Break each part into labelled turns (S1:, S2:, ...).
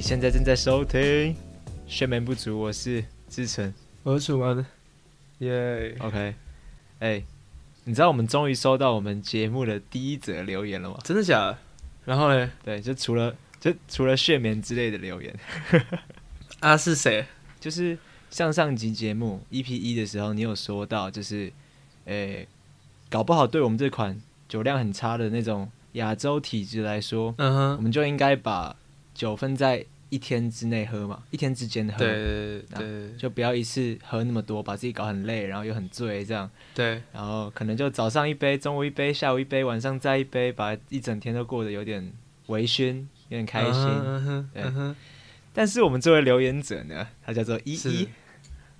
S1: 现在正在收听《睡眠不足》，我是志成。
S2: 我是楚安，耶、
S1: OK，哎、你知道我们终于收到我们节目的第一则留言了吗？
S2: 真的假的？然后呢？
S1: 对，就除了就除了睡眠之类的留言，
S2: 啊是谁？
S1: 就是上上集节目 EP 一的时候，你有说到，就是，诶、搞不好对我们这款酒量很差的那种亚洲体质来说，
S2: 嗯
S1: 我
S2: 哼，
S1: 们就应该把酒分在一天之内喝嘛，一天之间喝，
S2: 对
S1: 啊
S2: 对
S1: 就不要一次喝那么多，把自己搞很累，然后又很醉这样，
S2: 对
S1: 然后可能就早上一杯，中午一杯，下午一杯，晚上再一杯，把一整天都过得有点微醺，有点开心。
S2: 嗯哼
S1: 对
S2: 嗯哼，
S1: 但是我们这位留言者呢，他叫做依依
S2: 是，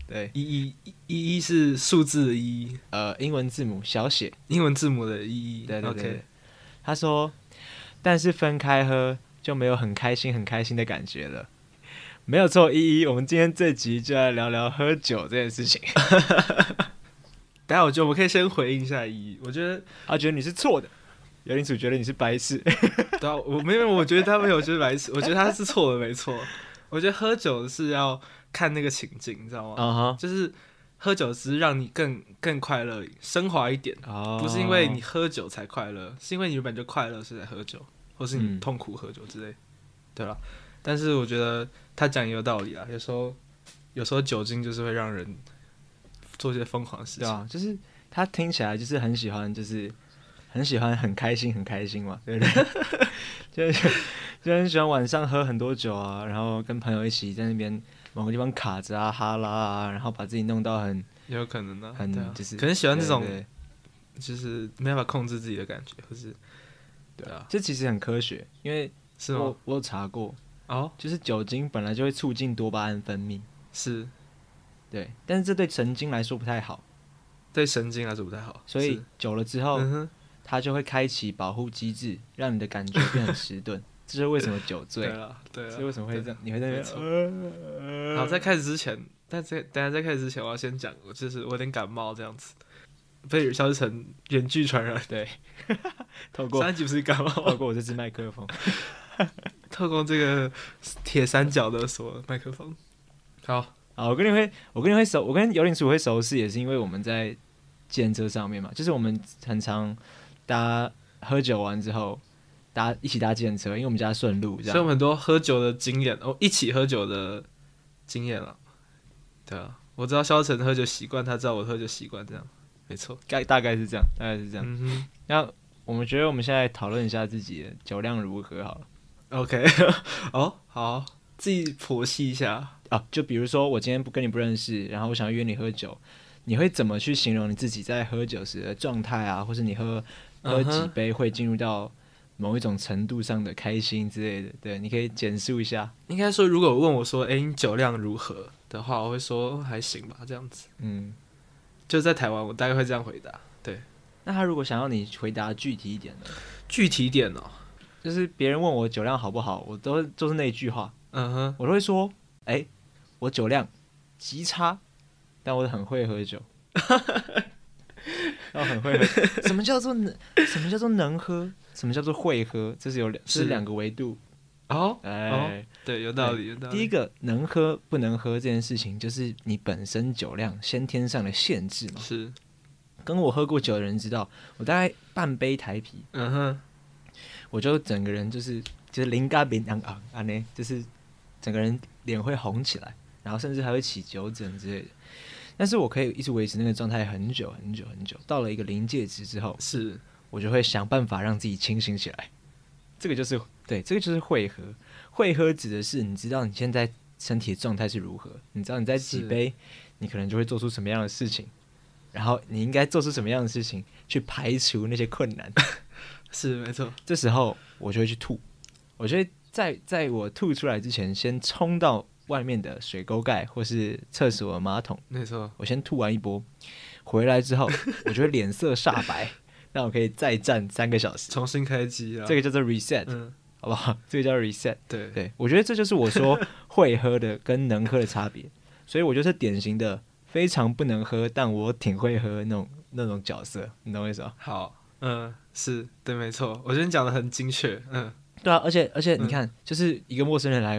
S1: 对，
S2: 一一一一一是数字的一，
S1: 呃，英文字母小写，
S2: 英文字母的一一，
S1: 对对对
S2: 嗯 OK，
S1: 他说，但是分开喝就没有很开心很开心的感觉了。没有错，依依，我们今天这集就来聊聊喝酒这件事情。
S2: 等一下我觉得我们可以先回应一下一一，我觉得，
S1: 他啊觉得你是错的，尤林楚觉得你是白痴。
S2: 对啊，我没有，我觉得他没有，我觉得白痴，我觉得他是错的，没错，我觉得喝酒是要看那个情境，你知道吗？
S1: 啊哈，
S2: 就是喝酒只是让你更更快乐，升华一点。
S1: 哦，
S2: 不是因为你喝酒才快乐，是因为你原本就快乐是在喝酒，或是
S1: 嗯
S2: 你痛苦喝酒之类，对啦，但是我觉得他讲也有道理啊，有时候有时候酒精就是会让人做一些疯狂的事
S1: 对
S2: 情。
S1: 啊，就是他听起来就是很喜欢，就是很喜欢很开心很开心嘛，对不 对？就是就很喜欢晚上喝很多酒啊，然后跟朋友一起在那边某个地方卡着啊哈拉啊，然后把自己弄到很
S2: 也有可能呢、
S1: 很
S2: 对啊，
S1: 就是
S2: 可能喜欢这种
S1: 对对
S2: 就是没办法控制自己的感觉，或是对啊，
S1: 这其实很科学，因为
S2: 是吗
S1: 我？我有查过，
S2: 哦，
S1: 就是酒精本来就会促进多巴胺分泌，
S2: 是
S1: 对，但是这对神经来说不太好，
S2: 对神经还是不太好，
S1: 所以
S2: 是
S1: 久了之后，
S2: 嗯哼，
S1: 它就会开启保护机制，让你的感觉变很迟钝。 这就是为什么酒醉
S2: 对，了，对
S1: 啊所以
S2: 了。
S1: 为什么会这样？你会在那
S2: 没
S1: 边
S2: 错
S1: 呃，
S2: 好，在开始之前，但在等下在开始之前，我要先讲，我就是我有点感冒这样子，被萧志成远距传染。
S1: 对，透过
S2: 上一集不是感
S1: 透
S2: 冒，
S1: 过我这支麦克风，
S2: 透过这个铁三角的锁麦克风。好，
S1: 啊，我跟你会，我跟你会熟，我跟尤林鼠会熟识，也是因为我们在建车上面嘛，就是我们很常搭喝酒完之后搭一起搭建车，因为我们家顺路这
S2: 所以我
S1: 样。
S2: 们很多喝酒的经验，哦，一起喝酒的经验了。对啊，我知道萧晨喝酒习惯，他知道我喝酒习惯，这样没错。
S1: 概大概是这样，大概是这样。
S2: 嗯
S1: 那我们觉得我们现在讨论一下自己的酒量如何好了
S2: 哼，OK，哦， 好，自己剖析一下。
S1: 啊。就比如说我今天不跟你不认识，然后我想要约你喝酒，你会怎么去形容你自己在喝酒时的状态啊？或是你喝喝
S2: 嗯
S1: 几
S2: 哼
S1: 杯会进入到某一种程度上的开心之类的？对，你可以简述一下。
S2: 应该说，如果问我说，哎、你酒量如何的话，我会说哦还行吧，这样子。
S1: 嗯，
S2: 就在台湾，我大概会这样回答。
S1: 那他如果想要你回答具体一点呢？
S2: 具体点哦，
S1: 就是别人问我酒量好不好，我都就是那一句话，
S2: 嗯哼，
S1: 我都会说，哎、我酒量极差，但我很会喝酒。然后很会喝，什么叫做能？什么叫做能喝？什么叫做会喝？这是有两，这是
S2: 是
S1: 两个维度。
S2: 哦，
S1: 哎，
S2: 对，有道理，有道理。
S1: 第一个能喝不能喝这件事情，就是你本身酒量先天上的限制嘛。
S2: 是，
S1: 跟我喝过酒的人知道，我大概半杯台啤，
S2: 嗯哼，
S1: 我就整个人就是就是灵感变昂昂啊呢，就是整个人脸会红起来，然后甚至还会起酒疹之类的。但是我可以一直维持那个状态很久很久很久，到了一个临界值之后，
S2: 是，
S1: 我就会想办法让自己清醒起来。这个就是对，这个就是会合。会合指的是你知道你现在身体的状态是如何，你知道你在几
S2: 是
S1: 杯，你可能就会做出什么样的事情，然后你应该做出什么样的事情去排除那些困难。
S2: 是没错，
S1: 这时候我就会去吐，我就会在在我吐出来之前，先冲到外面的水沟盖或是厕所的马桶，
S2: 没错，
S1: 我先吐完一波，回来之后我就会脸色煞白，那我可以再站三个小时，
S2: 重新开机啊。
S1: 这
S2: 个，
S1: 个叫做 reset，、
S2: 嗯，
S1: 好不好？这个叫 reset。
S2: 对，
S1: 对，我觉得这就是我说会喝的跟能喝的差别，所以我就是典型的非常不能喝，但我挺会喝那种那种角色，你懂我意思吗？
S2: 好，嗯，是对，没错，我觉得你讲的很精确，嗯，
S1: 对啊，而且而且你看，就是一个陌生人来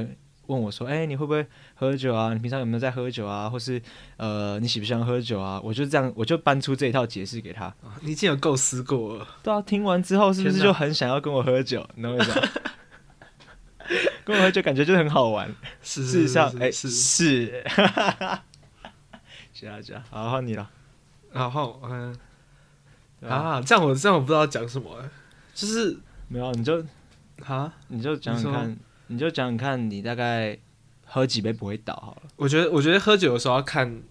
S1: 问问我说，哎、你会不会喝酒啊？你平常有没有在喝酒啊？或是呃，你喜不喜欢喝酒啊？我就这样，我就搬出这一套解释给他。
S2: 啊你已经有构思过了，
S1: 对啊，听完之后是不是
S2: 天哪
S1: 就很想要跟我喝酒？你懂我意思吗？ 跟我喝酒感觉就是很好玩。
S2: 事
S1: 事实上，哎、
S2: 是是
S1: 是， 是啊是啊，好换你了。
S2: 然后嗯
S1: 对吧，
S2: 啊，这样我这样我不知道讲什么，就是
S1: 没有，你就
S2: 啊，
S1: 你就讲讲看，你就讲讲看，你大概喝几杯不会倒好了。
S2: 我觉得我觉得喝酒的时候要看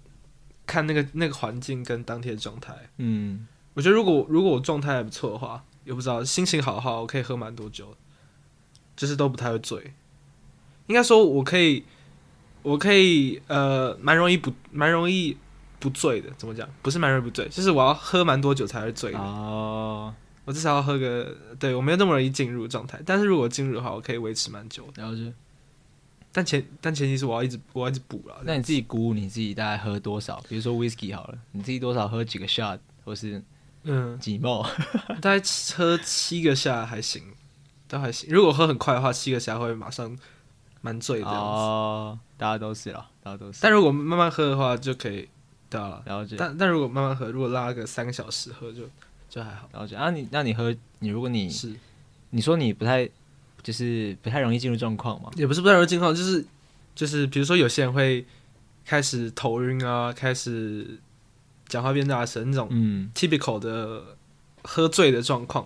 S2: 看那个那个环境跟当天的状态。
S1: 嗯，
S2: 我觉得如果如果我状态还不错的话，也不知道心情好的话，我可以喝蛮多酒，就是都不太会醉。应该说我可以，我可以呃，蛮容易不蛮容易不醉的。怎么讲？不是蛮容易不醉，就是我要喝蛮多酒才会醉的。
S1: 哦，
S2: 我至少要喝个，对我没有那么容易进入状态。但是如果进入的话，我可以维持蛮久的。
S1: 然后就
S2: 但前但前提是我要一直我要一直补啦。
S1: 那你自己估你自己大概喝多少？比如说 whisky 好了，你自己多少喝几个 shot 或是
S2: 嗯，
S1: 几 m
S2: 大概喝七个下还行，都还行。如果喝很快的话，七个下会马上蛮醉的这样子。
S1: 哦，大家都是了，大家都是。
S2: 但如果慢慢喝的话，就可以对啊。
S1: 然后就
S2: 但但如果慢慢喝，如果拉个三个小时喝就就还好。
S1: 然后就啊，你那你喝你如果你
S2: 是，
S1: 你说你不太就是不太容易进入状况嘛？
S2: 也不是不太容易进况，就是就是比如说有些人会开始头晕啊，开始讲话变大声那种
S1: 嗯，
S2: typical 的喝醉的状况，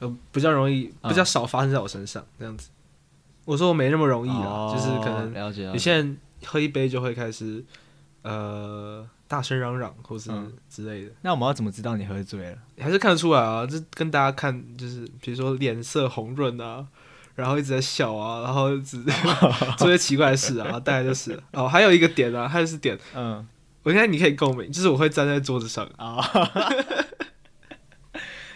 S2: 呃，比较容易
S1: 啊
S2: 比较少发生在我身上这样子。我说我没那么容易啦，
S1: 哦
S2: 就是可能
S1: 了解了
S2: 有
S1: 解
S2: 些人喝一杯就会开始呃大声嚷嚷或是
S1: 嗯
S2: 之类的。
S1: 那我们要怎么知道你喝醉了？
S2: 还是看得出来啊，这跟大家看就是，比如说脸色红润啊，然后一直在笑啊，然后一直 做一些奇怪的事啊，大概就是了哦，还有一个点啊，还有是点，
S1: 嗯，
S2: 我应该你可以共鸣，就是我会站在桌子上，
S1: 啊、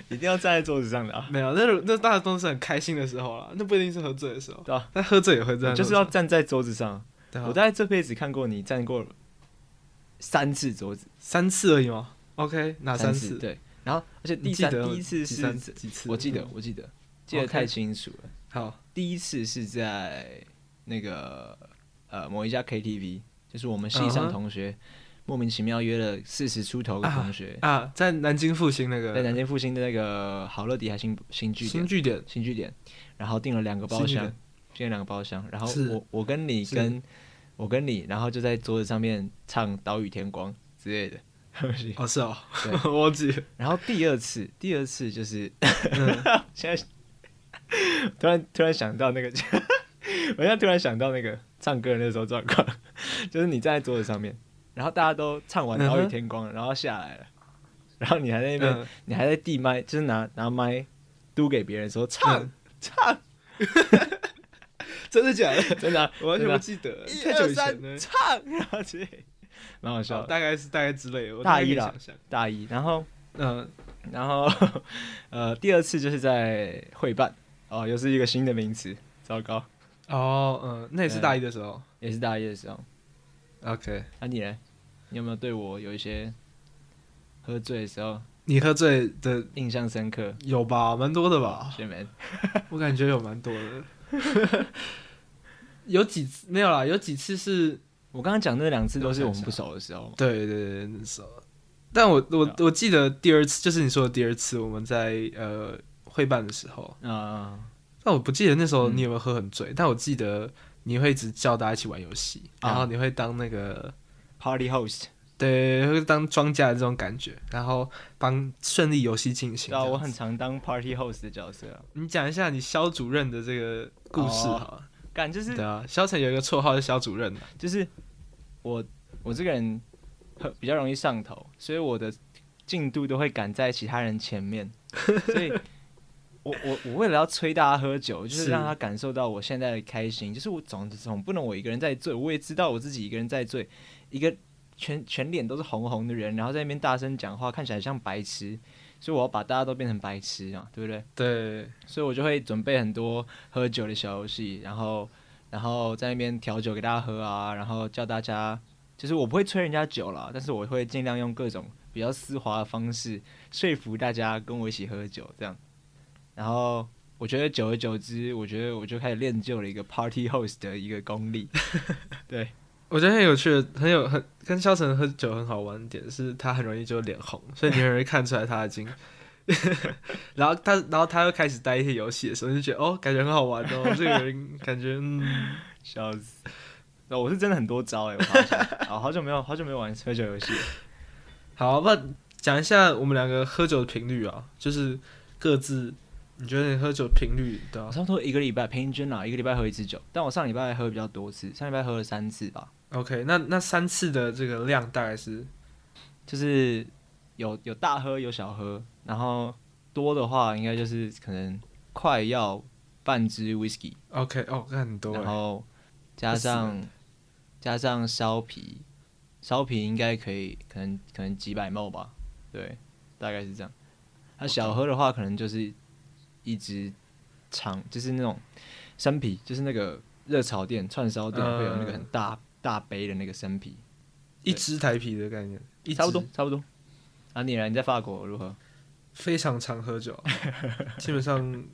S1: 一定要站在桌子上的啊，
S2: 没有，那种那大家都是很开心的时候啦，那不一定是喝醉的时候，
S1: 对啊，
S2: 但喝醉也会 站在
S1: 就
S2: 桌子
S1: 是要
S2: 上，
S1: 站在桌子上。
S2: 对啊
S1: 我大概这辈子看过你站过三次桌子，
S2: 三次而已吗？OK，哪
S1: 三
S2: 次？
S1: 对。然后，而且
S2: 你
S1: 第
S2: 记
S1: 三
S2: 得
S1: 第一次
S2: 几三
S1: 是，
S2: 几次？
S1: 我记得
S2: 嗯，
S1: 我记得，记得
S2: OK
S1: 太清楚了。
S2: 好，
S1: 第一次是在那个呃某一家 KTV，就是我们系
S2: 嗯
S1: 上
S2: 哼
S1: 同学、莫名其妙约了四十出头的同学，
S2: 啊，在南京复兴那
S1: 在
S2: 个
S1: 南京复兴的那个好乐迪还新新据
S2: 新
S1: 点
S2: 据点，
S1: 新据点，然后订了两个包
S2: 新据
S1: 厢
S2: 点，
S1: 订了两个包厢，然后
S2: 是
S1: 我我跟你
S2: 是
S1: 跟我跟你，然后就在桌子上面唱《岛屿天光》之类的东西。
S2: 哦 是哦，
S1: 对
S2: 我忘记了，
S1: 然后第二次，第二次就是
S2: 嗯
S1: 现在突然突然想到那个， 我现在突然想到那个唱歌的那时候状况，就是你站在桌子上面，然后大家都唱完《岛屿
S2: 嗯哼
S1: 天光》了，然后下来了，然后你还在那边
S2: 嗯
S1: 你还在递麦，就是拿拿麦嘟给别人说唱、
S2: 嗯
S1: 唱，
S2: 真的假的？
S1: 真的啊、
S2: 我完全
S1: 真的
S2: 不
S1: 啊
S2: 记得了，
S1: 一
S2: 太久
S1: 二
S2: 以前
S1: 三。
S2: 了
S1: 唱， 然后之类，蛮好笑
S2: 哦
S1: 的。
S2: 大概是大概之类的，我
S1: 大
S2: 概可以
S1: 一啦
S2: 想象。
S1: 大一，然后
S2: 嗯，
S1: 然后呃，第二次就是在会办，哦，又是一个新的名词，糟糕，
S2: 哦，嗯，那也是
S1: 对
S2: 大一的时候。
S1: 也是大一的时候。
S2: OK，
S1: 那、你呢？你有没有对我有一些喝醉的时候
S2: 你喝醉的
S1: 印象深刻？
S2: 有吧？蛮多的吧？
S1: 学妹，
S2: 我感觉有蛮多的。 有几次没有啦，有几次是，
S1: 我刚刚讲那两次都是
S2: 我
S1: 我们
S2: 想想
S1: 不熟的时候嘛。
S2: 对对对，那时候。但我我我记得第二次就是你说的第二次，我们在呃会办的时候，
S1: 啊、
S2: 但我不记得那时候你有没有喝很醉，但我记得你会一直叫大家一起玩游戏，
S1: 啊
S2: 然后你会当那个
S1: p a r t y host，
S2: 对，会当庄家的这种感觉，然后帮顺利游戏进行
S1: 对
S2: 这
S1: 啊，
S2: 样子。
S1: 我很常当 party host 的角色、啊。
S2: 你讲一下你肖主任的这个故事
S1: 哦
S2: 好了。
S1: 感就是
S2: 对啊，肖晨有一个绰号是肖主任的。
S1: 就是我我这个人很比较容易上头，所以我的进度都会赶在其他人前面，所以我我我为了要催大家喝酒，就是
S2: 是
S1: 让他感受到我现在的开心，就是我总总不能我一个人在醉，我也知道我自己一个人在醉，一个全全脸都是红红的人，然后在那边大声讲话，看起来像白痴，所以我要把大家都变成白痴啊，对不对？
S2: 对，
S1: 所以我就会准备很多喝酒的小游戏，然后然后在那边调酒给大家喝啊，然后叫大家，就是我不会催人家酒啦，但是我会尽量用各种比较丝滑的方式说服大家跟我一起喝酒这样，然后我觉得久而久之，我觉得我就开始练就了一个 party host 的一个功力。对，
S2: 我觉得很有趣的，很有很跟肖晨喝酒很好玩的点是，他很容易就脸红，所以你很容易看出来他已经。 然后他，然后他又开始带一些游戏的时候，你就觉得哦，感觉很好玩哦，这个人感觉嗯，
S1: 笑死！ 那我是真的很多招哎、我发现，好好久没有好久没有玩喝酒游戏了。
S2: 好，那讲一下我们两个喝酒的频率啊，就是各自你觉得你喝酒频率对
S1: 我
S2: 吧
S1: 差不多一个礼拜平均啊啦，一个礼拜喝一次酒，但我上礼拜喝比较多次，上礼拜喝了三次吧，
S2: ？OK，那那三次的这个量大概是
S1: 就是有有大喝有小喝，然后多的话应该就是可能快要半支 whisky，
S2: OK 哦，那很多
S1: 然
S2: 哎，
S1: 后加上加上烧啤，烧啤应该可以，可能可能几百 ml 吧，对，大概是这样。那小喝的话，可能就是一支长，就是那种生啤，就是那个热炒店、串烧店会有那个很大、大杯的那个生啤，
S2: 一支台啤的概念，一支
S1: 差不多，差不多。啊，你呢？你在法国如何？
S2: 非常常喝酒，啊基本上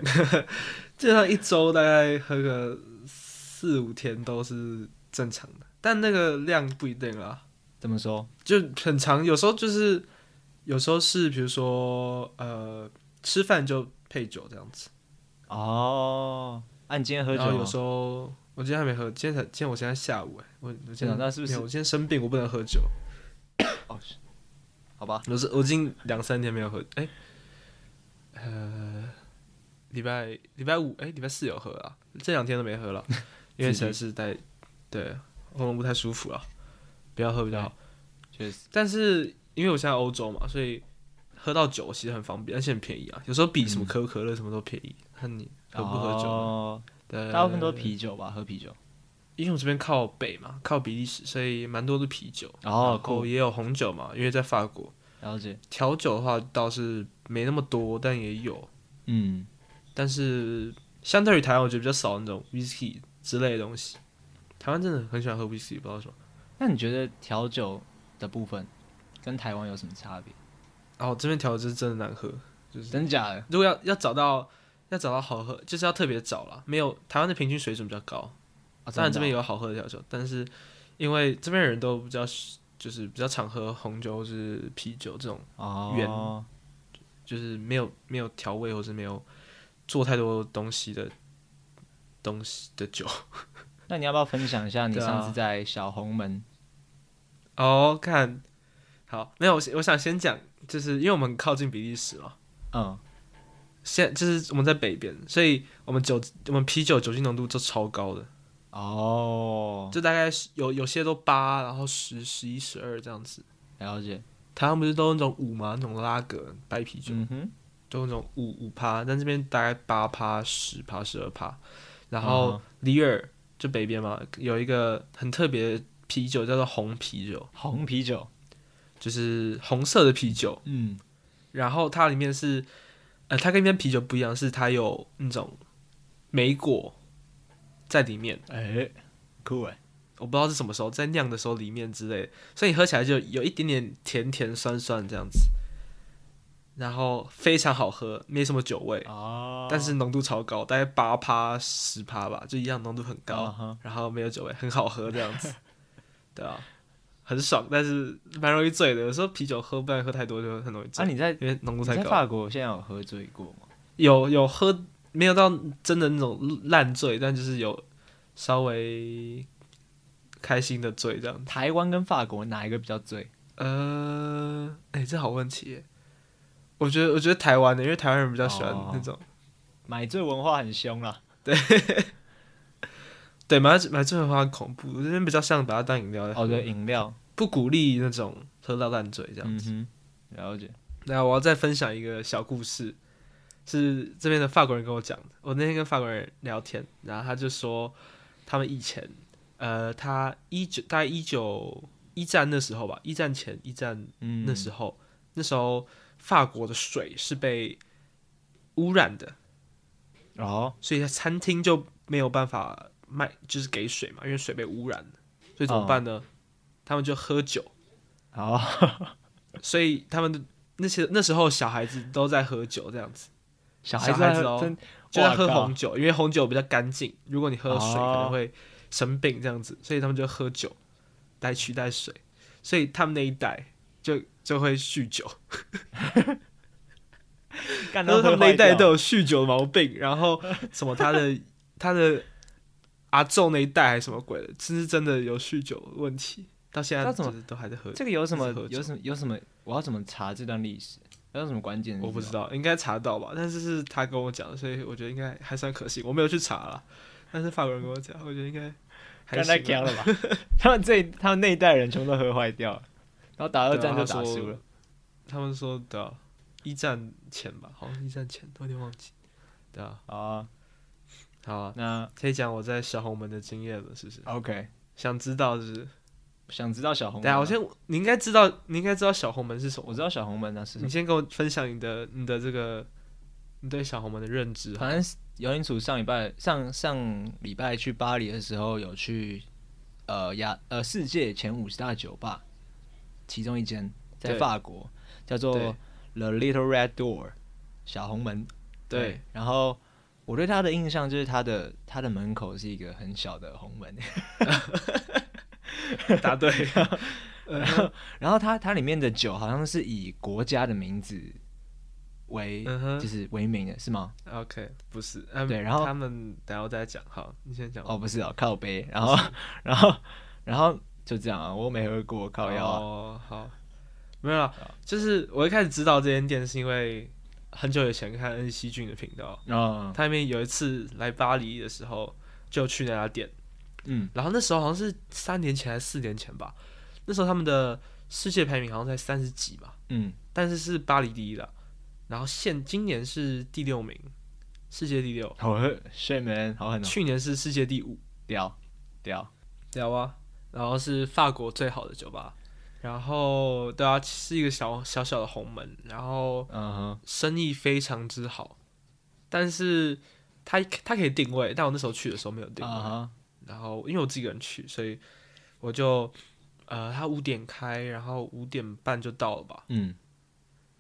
S2: 基本上一周大概喝个四五天都是正常的，但那个量不一定啦，
S1: 怎么说？
S2: 就很长，有时候就是有时候是比如说呃吃饭就配酒这样子，
S1: 哦，啊，你今天喝酒
S2: 然后有
S1: 吗？
S2: 时候我今天还没喝，今天才今天我现在下午哎、我我今
S1: 真的啊
S2: 天
S1: 那是不是
S2: 没有我今天生病我不能喝酒，
S1: 哦，是好吧，
S2: 我是我已经两三天没有喝，哎、呃，礼拜礼拜五，哎、礼拜四有喝啊，这两天都没 喝了，因为实在是在对喉咙不太舒服了，啊不要喝比较好。
S1: 确实，
S2: 但是因为我现在欧洲嘛，所以喝到酒其实很方便，而且很便宜啊，有时候比什么可口可乐什么都便宜。看你喝不喝酒？
S1: 嗯哦
S2: 对，
S1: 大部分都是啤酒吧，喝啤酒。
S2: 因为我这边靠北嘛，靠比利时，所以蛮多的啤酒。
S1: 哦
S2: 然，
S1: 酷
S2: 后，也有红酒嘛，因为在法国
S1: 了解。
S2: 调酒的话倒是没那么多，但也有。
S1: 嗯，
S2: 但是相对于台湾，我觉得比较少那种 whisky 之类的东西。台湾真的很喜欢喝 whisky，不知道为什么。
S1: 那你觉得调酒的部分跟台湾有什么差别？
S2: 然后哦这边调的是真的难喝，
S1: 真假的？
S2: 如果要要找到要找到好喝，就是要特别找啦。没有台湾的平均水准比较高，
S1: 哦
S2: 当然这边
S1: 有
S2: 有好喝的调酒，但是因为这边人都比较喜就是比较常喝红酒或是啤酒这种，
S1: 哦，
S2: 就是没有没有调味或是没有做太多东西的东西的酒。
S1: 那你要不要分享一下你
S2: 对啊
S1: 上次在小红门？
S2: 哦，看，好，没有，我我想先讲，就是因为我们靠近比利时嘛，
S1: 嗯，
S2: 现就是我们在北边，所以我们酒我们啤酒酒精浓度都超高的，
S1: 哦，
S2: 就大概是有有些都八，然后十、十一、十二这样子。
S1: 了解。
S2: 台湾不是都那种五嘛，那种拉格白啤酒，
S1: 嗯哼，
S2: 都那种五五趴，但这边大概八趴、十趴、十二趴。然后
S1: 嗯
S2: 里尔就北边嘛，有一个很特别的啤酒叫做红啤酒，
S1: 红啤酒，
S2: 就是红色的啤酒。
S1: 嗯，
S2: 然后它里面是，呃，它跟一般啤酒不一样，是它有那种莓果在里面，
S1: 哎，酷
S2: 欸
S1: 哎，
S2: 我不知道是什么时候在酿的时候里面之类的，所以你喝起来就有一点点甜甜酸酸这样子，然后非常好喝，没什么酒味，
S1: 哦，
S2: 但是浓度超高，大概八趴十趴吧，就一样浓度很高，
S1: 嗯哼
S2: 然后没有酒味，很好喝这样 子，对啊，很爽，但是蛮容易醉的，有时候啤酒喝不然喝太多就很容易
S1: 啊，
S2: 醉，
S1: 你在
S2: 因为浓度
S1: 你
S2: 太
S1: 在
S2: 高。
S1: 法国现在有喝醉过吗？
S2: 有有喝，没有到真的那种烂醉，但就是有稍微开心的醉这样。
S1: 台湾跟法国哪一个比较醉？
S2: 呃，哎、这好问题耶。我觉得，我觉得台湾的，因为台湾人比较喜欢
S1: 哦
S2: 那种，
S1: 买醉文化很凶啦。
S2: 对买买醉的话很恐怖，我这边比较像把它当饮料来喝
S1: 哦，对，，饮料，
S2: 不鼓励那种喝到烂醉这样。
S1: 嗯哼，了解。
S2: 那我要再分享一个小故事，是这边的法国人跟我讲的。我那天跟法国人聊天，然后他就说，他们以前，呃，他一九大概一九一战那时候吧，一战前一战
S1: 嗯，
S2: 那时候，那时候法国的水是被污染的，
S1: 哦，
S2: 所以餐厅就没有办法卖，就是给水嘛，因为水被污染了，所以怎么办呢？他们就喝酒，
S1: 好，
S2: 所以他们的那些那时候小孩子都在喝酒这样子。
S1: 小孩
S2: 小
S1: 子
S2: 孩
S1: 在
S2: 子
S1: 喝
S2: 哦
S1: 真
S2: 就在喝
S1: 哇靠
S2: 红酒，因为红酒比较干净，如果你喝水
S1: 哦
S2: 可能会生病这样子，所以他们就喝酒来取代水，所以他们那一代就就会 酗酒，
S1: 干
S2: 然
S1: 到
S2: 后他
S1: 会
S2: 们那
S1: 坏
S2: 一代 都
S1: 掉。
S2: 有酗酒的毛病，然后什么 他的他的阿昼那一代还是什么鬼的，真是真的有酗酒的问题，到现在
S1: 那怎
S2: 就
S1: 么
S2: 是都还在喝，
S1: 这个有什么
S2: 一直喝酒
S1: 有什么有什么？我要怎么查这段历史？要有什么关键？
S2: 我不知。道，应该查到吧？但是是他跟我讲的，所以我觉得应该还算可信。我没有去查了，但是法国人跟我讲，我觉得应该还
S1: 干太
S2: 行
S1: 强
S2: 啊。
S1: 了吧？ 他们这他们那一代人全部都喝坏掉了，然后打二
S2: 对啊
S1: 战就
S2: 他
S1: 打
S2: 说
S1: 输了。
S2: 他们说对啊，一战前吧，好像一战前，我有点忘记。对啊，
S1: 好啊，
S2: 好啊，
S1: 那
S2: 可以讲我在小红门的经验了，是不是？
S1: OK，
S2: 想知道是不是？
S1: 想知道小红
S2: 等
S1: 门啊
S2: 一下
S1: 吗？
S2: 我先，你应该知道，你应该知道小红门是什么
S1: 我。知道小红门那是什
S2: 你
S1: 么，
S2: 先跟我分享你的你的这个你对小红门的认知。
S1: 反正尤林楚上礼拜上上礼拜去巴黎的时候有去呃亚呃世界前五十大酒吧，其中一间在
S2: 对
S1: 法国叫做
S2: 对
S1: The Little Red Door 小红门，哎
S2: 对，，
S1: 然后我对他的印象就是他的他的门口是一个很小的红门，
S2: 答对。
S1: 然后它它里面的酒好像是以国家的名字为、
S2: 嗯哼
S1: 就是为名的是吗？
S2: OK，不是，他们
S1: 对然后
S2: 他们等下我再讲，好，你先讲。
S1: 哦，不是哦，靠背，然后然后然后就这样啊，我没喝过靠腰啊，
S2: 哦，好，没有啦，就是我一开始知道这间店是因为很久以前看恩熙俊的频道，
S1: 嗯
S2: 他那边有一次来巴黎的时候就去那家店，
S1: 嗯
S2: 然后那时候好像是三年前还是四年前吧，那时候他们的世界排名好像才三十几吧，
S1: 嗯，
S2: 但是是巴黎第一的，然后现今年是第六名，世界第六，
S1: 好喝，睡眠好很哦，
S2: 去年是世界第五。
S1: 屌屌，
S2: 聊啊，然后是法国最好的酒吧，然后对啊，是一个小小小的红门，然后
S1: 嗯哼，
S2: 生意非常之好，但是它它可以定位，但我那时候去的时候没有定位，
S1: 啊哈，
S2: 然后因为我自己一个人去，所以我就呃，它五点开，然后五点半就到了吧，
S1: 嗯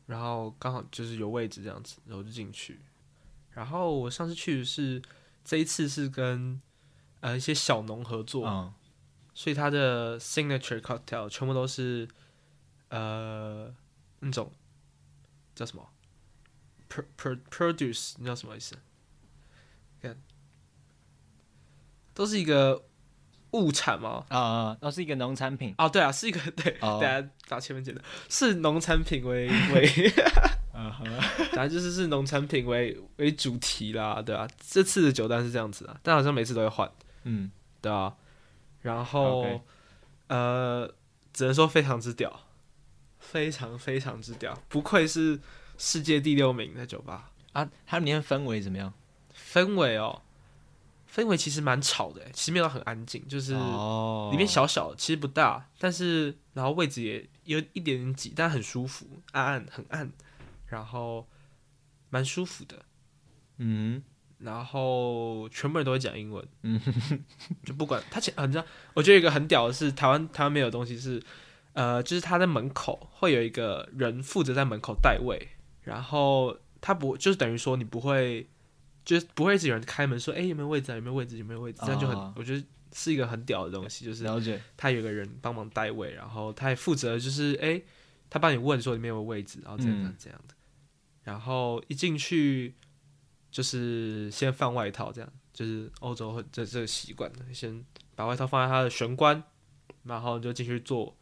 S2: 然后刚好就是有位置这样子，然后就进去。然后我上次去是这一次是跟呃一些小农合作，
S1: 嗯
S2: 所以它的 signature cocktail 全部都是呃那种叫什么 pro pro produce，你知道什么意思？看，都是一个物产吗？
S1: 啊啊，那是一个农产品，
S2: 哦，对啊，是一个 对，
S1: 哦
S2: 大家把前面剪掉，是农产品为为，
S1: 嗯哼，
S2: 反正就是是农产品为为主题啦，对啊，这次的酒单是这样子啊，但好像每次都会换。
S1: 嗯
S2: 对啊，然后
S1: OK
S2: 呃，只能说非常之屌，非常非常之屌，不愧是世界第六名的酒吧。
S1: 啊，它里面氛围怎么样？
S2: 氛围哦，氛围其实蛮吵的欸，其实没有到很安静，就是
S1: 哦，
S2: 里面小小，其实不大，但是然后位置也有一点点挤，但很舒服，暗暗很暗，然后蛮舒服的。
S1: 嗯
S2: 然后全部人都会讲英文，
S1: 嗯，
S2: 就不管他前，啊你知道，我觉得有一个很屌的是，台湾台湾没有东西是，呃，就是他在门口会有一个人负责在门口代位，然后他不就是等于说你不会，就是不会一直有人开门说，哎、有没有位置啊？有没有位置？有没有位置？这样就很，
S1: 啊
S2: 我觉得是一个很屌的东西，就是
S1: 了解，
S2: 他有个人帮忙代位，然后他也负责就是哎、诶他帮你问说里面有没有位置，然后这样这样
S1: 嗯
S2: 这样的。然后一进去就是先放外套，这样就是欧洲会这这个习惯的，先把外套放在他的玄关，然后就进去坐。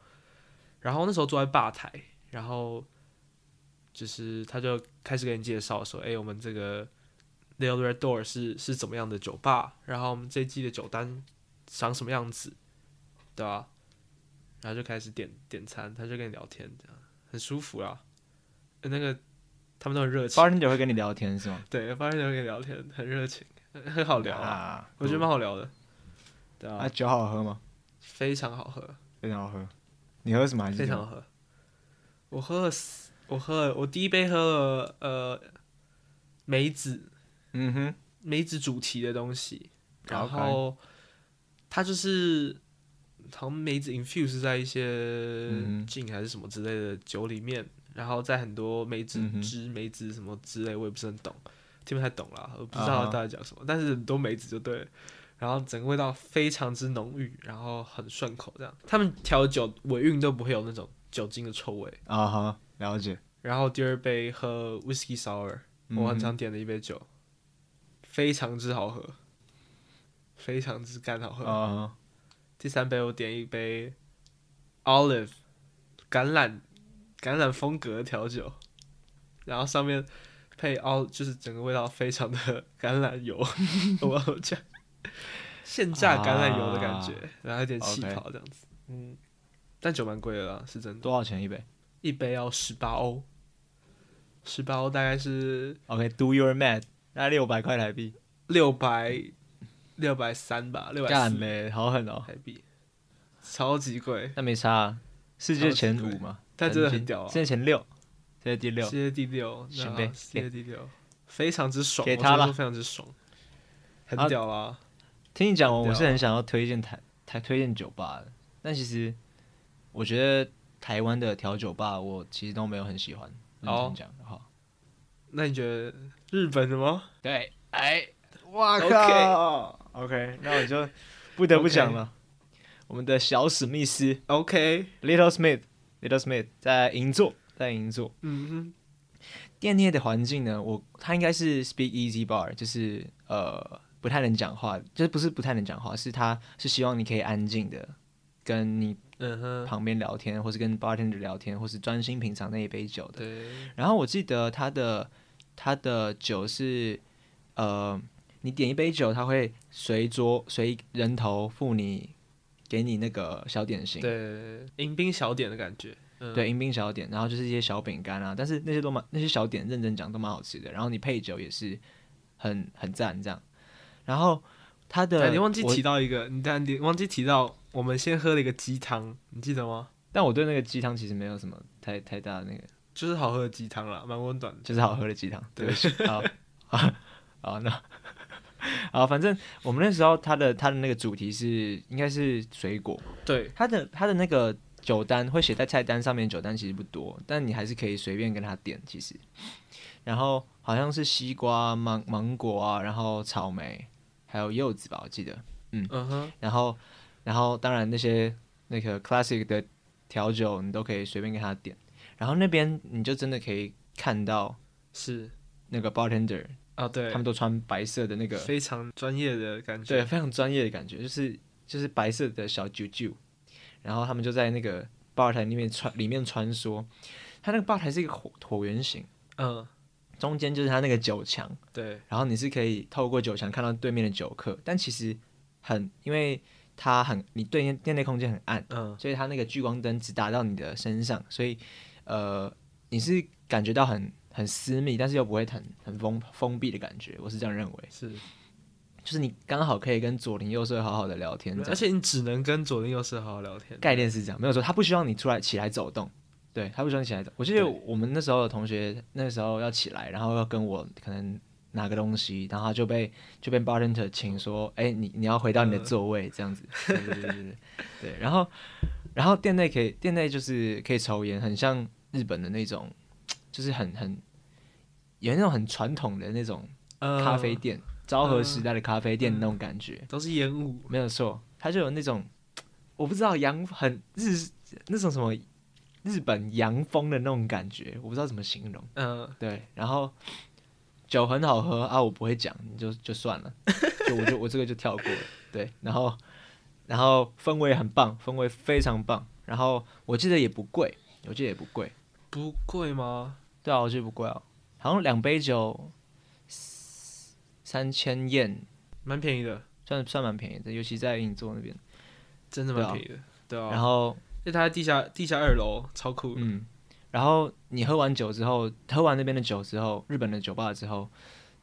S2: 然后那时候坐在吧台，然后就是他就开始给你介绍说，哎、我们这个 The Other Door 是是怎么样的酒吧，然后我们这一季的酒单长什么样子，对吧、然后就开始点点餐，他就跟你聊天，这样很舒服啊。呃那个他们都很热情，
S1: 八天就会跟你聊天是吗？
S2: 对，发现都跟你聊天，很热情，很很好聊啊，
S1: 啊，
S2: 我觉得蛮好聊的，对
S1: 啊，
S2: 啊，
S1: 酒好喝吗？
S2: 非常好喝，
S1: 非常好喝。你喝什么还是
S2: 非
S1: 什
S2: 常
S1: 么
S2: 好喝。我喝了四，我喝了，我第一杯喝了呃梅子
S1: 嗯哼，
S2: 梅子主题的东西，然
S1: OK
S2: 后它就是好像梅子 infuse 在一些
S1: 嗯哼
S2: 菌还是什么之类的酒里面，然后在很多梅子
S1: 嗯哼
S2: 汁、梅子什么之类，我也不是很懂，听不太懂啦，我不知道
S1: 啊
S2: 大家讲什么但是很多梅子就对了。然后整个味道非常之浓郁，然后很顺口，这样。他们调的酒尾韵都不会有那种酒精的臭味。
S1: 啊哈，了解。
S2: 然后第二杯喝 whiskey sour，我很常点的一杯酒，非常之好喝，非常之干好喝。
S1: 啊
S2: 第三杯我点一杯 olive 橄榄橄榄风格的调酒，然后上面配 o 就是整个味道非常的橄榄油，我要讲现榨橄榄油的感觉，然后有点气
S1: OK
S2: 泡这样子。嗯，但酒蛮贵的啦，是真的，
S1: 多少钱一杯
S2: 一杯要十八欧，十八欧大概是
S1: ？OK，Do、your math，那六百块台币。
S2: 六百六百三吧，六百
S1: 干
S2: 四
S1: 嘞，好狠哦！
S2: 台币，超级贵，
S1: 那没差、啊，世界前五嘛，
S2: 但真的很屌啊！
S1: 世界前六，世界第六
S2: 世。界第六，啊
S1: 行
S2: 然后
S1: 呗
S2: 世界第六，非常之爽，
S1: 给
S2: 我
S1: 他
S2: 觉得
S1: 了
S2: 说非常之爽，很
S1: 啊
S2: 屌啦。
S1: 听你讲完，
S2: 很屌
S1: 我
S2: 啊
S1: 是很想要推荐台台推荐酒吧的，但其实我觉得台湾的调酒吧我其实都没有很喜欢。认
S2: 哦
S1: 真讲的话，
S2: 那你觉得日本的吗？
S1: 对，哎，哇
S2: OK
S1: 靠，OK，那我就不得不
S2: OK
S1: 讲了。我们的小史密斯
S2: OK，
S1: （Little Smith），Little Smith 在银座，在银座
S2: 嗯
S1: 店内的环境呢，我它应该是 Speak Easy Bar，就是呃不太能讲话，就是不是不太能讲话，是它是希望你可以安静的跟你
S2: 哼，嗯哼，
S1: 旁边聊天，或是跟 bartender 聊天，或是专心品尝那一杯酒的。
S2: 对，
S1: 然后我记得他的他的酒是，呃，你点一杯酒，他会随桌随人头付你，给你那个小点心，
S2: 对，迎宾小点的感觉，嗯，
S1: 对，迎宾小点，然后就是一些小饼干啊，但是那些都蛮那些小点认真讲都蛮好吃的，然后你配酒也是很很赞这样。然后他的
S2: 哎，你忘记
S1: 我
S2: 提到一个，你但你忘记提到，我们先喝了一个鸡汤，你记得吗？
S1: 但我对那个鸡汤其实没有什么太太大的那个，
S2: 就是好喝的鸡汤啦，蛮温暖的。
S1: 就是好喝的鸡汤。对不 起，好，好，好，那好，反正我们那时候它的它的那个主题是应该是水果，
S2: 对，
S1: 它的它的那个酒单会写在菜单上面，酒单其实不多，但你还是可以随便跟他点其实。然后好像是西瓜、芒芒果啊，然后草莓，还有柚子吧，我记得。
S2: 嗯哼，
S1: 然后，然后当然那些那个 classic 的调酒你都可以随便跟他点。然后那边你就真的可以看到
S2: 是
S1: 那个 bartender
S2: 啊，对
S1: 他，们都穿白色的那个，
S2: 非常专业的感觉，
S1: 对，非常专业的感觉，就是就是白色的小啾啾，然后他们就在那个吧台里面穿里面穿梭。它那个吧台是一个椭椭圆形，
S2: 嗯，
S1: 中间就是它那个酒墙，
S2: 对，
S1: 然后你是可以透过酒墙看到对面的酒客，但其实很因为它很你对面店内空间很暗，
S2: 嗯，
S1: 所以它那个聚光灯只打到你的身上，所以呃，你是感觉到很很私密，但是又不会很很封封闭的感觉，我是这样认为。
S2: 是，
S1: 就是你刚好可以跟左邻右舍好好的聊天，这
S2: 而
S1: 样
S2: 且你只能跟左邻右舍好好聊天，
S1: 概念是这样，没有说他不希望你出来起来走动，对他不希望你起来走。我记得
S2: 对
S1: 我们那时候的同学那时候要起来，然后要跟我可能拿个东西，然后他就被就被 bartender 请说，哎、你你要回到你的座位、这 样子，对对对对对对，然后然后店内可以店内就是可以抽烟，很像日本的那种，就是很很有那种很传统的那种
S2: 嗯
S1: 咖啡店，昭和时代的咖啡店那种感觉。
S2: 都是烟雾，
S1: 没有错，它就有那种我不知道洋很日那种什么日本洋风的那种感觉，我不知道怎么形容。
S2: 嗯，
S1: 对，然后酒很好喝啊，我不会讲，你就就算 了，就我就我这个就跳过了。对，然后然后氛围很棒，氛围非常棒，然后我记得也不贵，我记得也不贵，
S2: 不贵吗？
S1: 对啊，我记得不贵哦，好像两杯酒三千燕，
S2: 蛮便宜的，
S1: 算算蛮便宜的，尤其在银座那边。
S2: 真的
S1: 对
S2: 蛮
S1: 啊
S2: 便宜的，对啊。
S1: 然，后
S2: 因为它在地下地下二楼，超酷的。
S1: 嗯，然后你喝完酒之后，喝完那边的酒之后，日本的酒吧之后，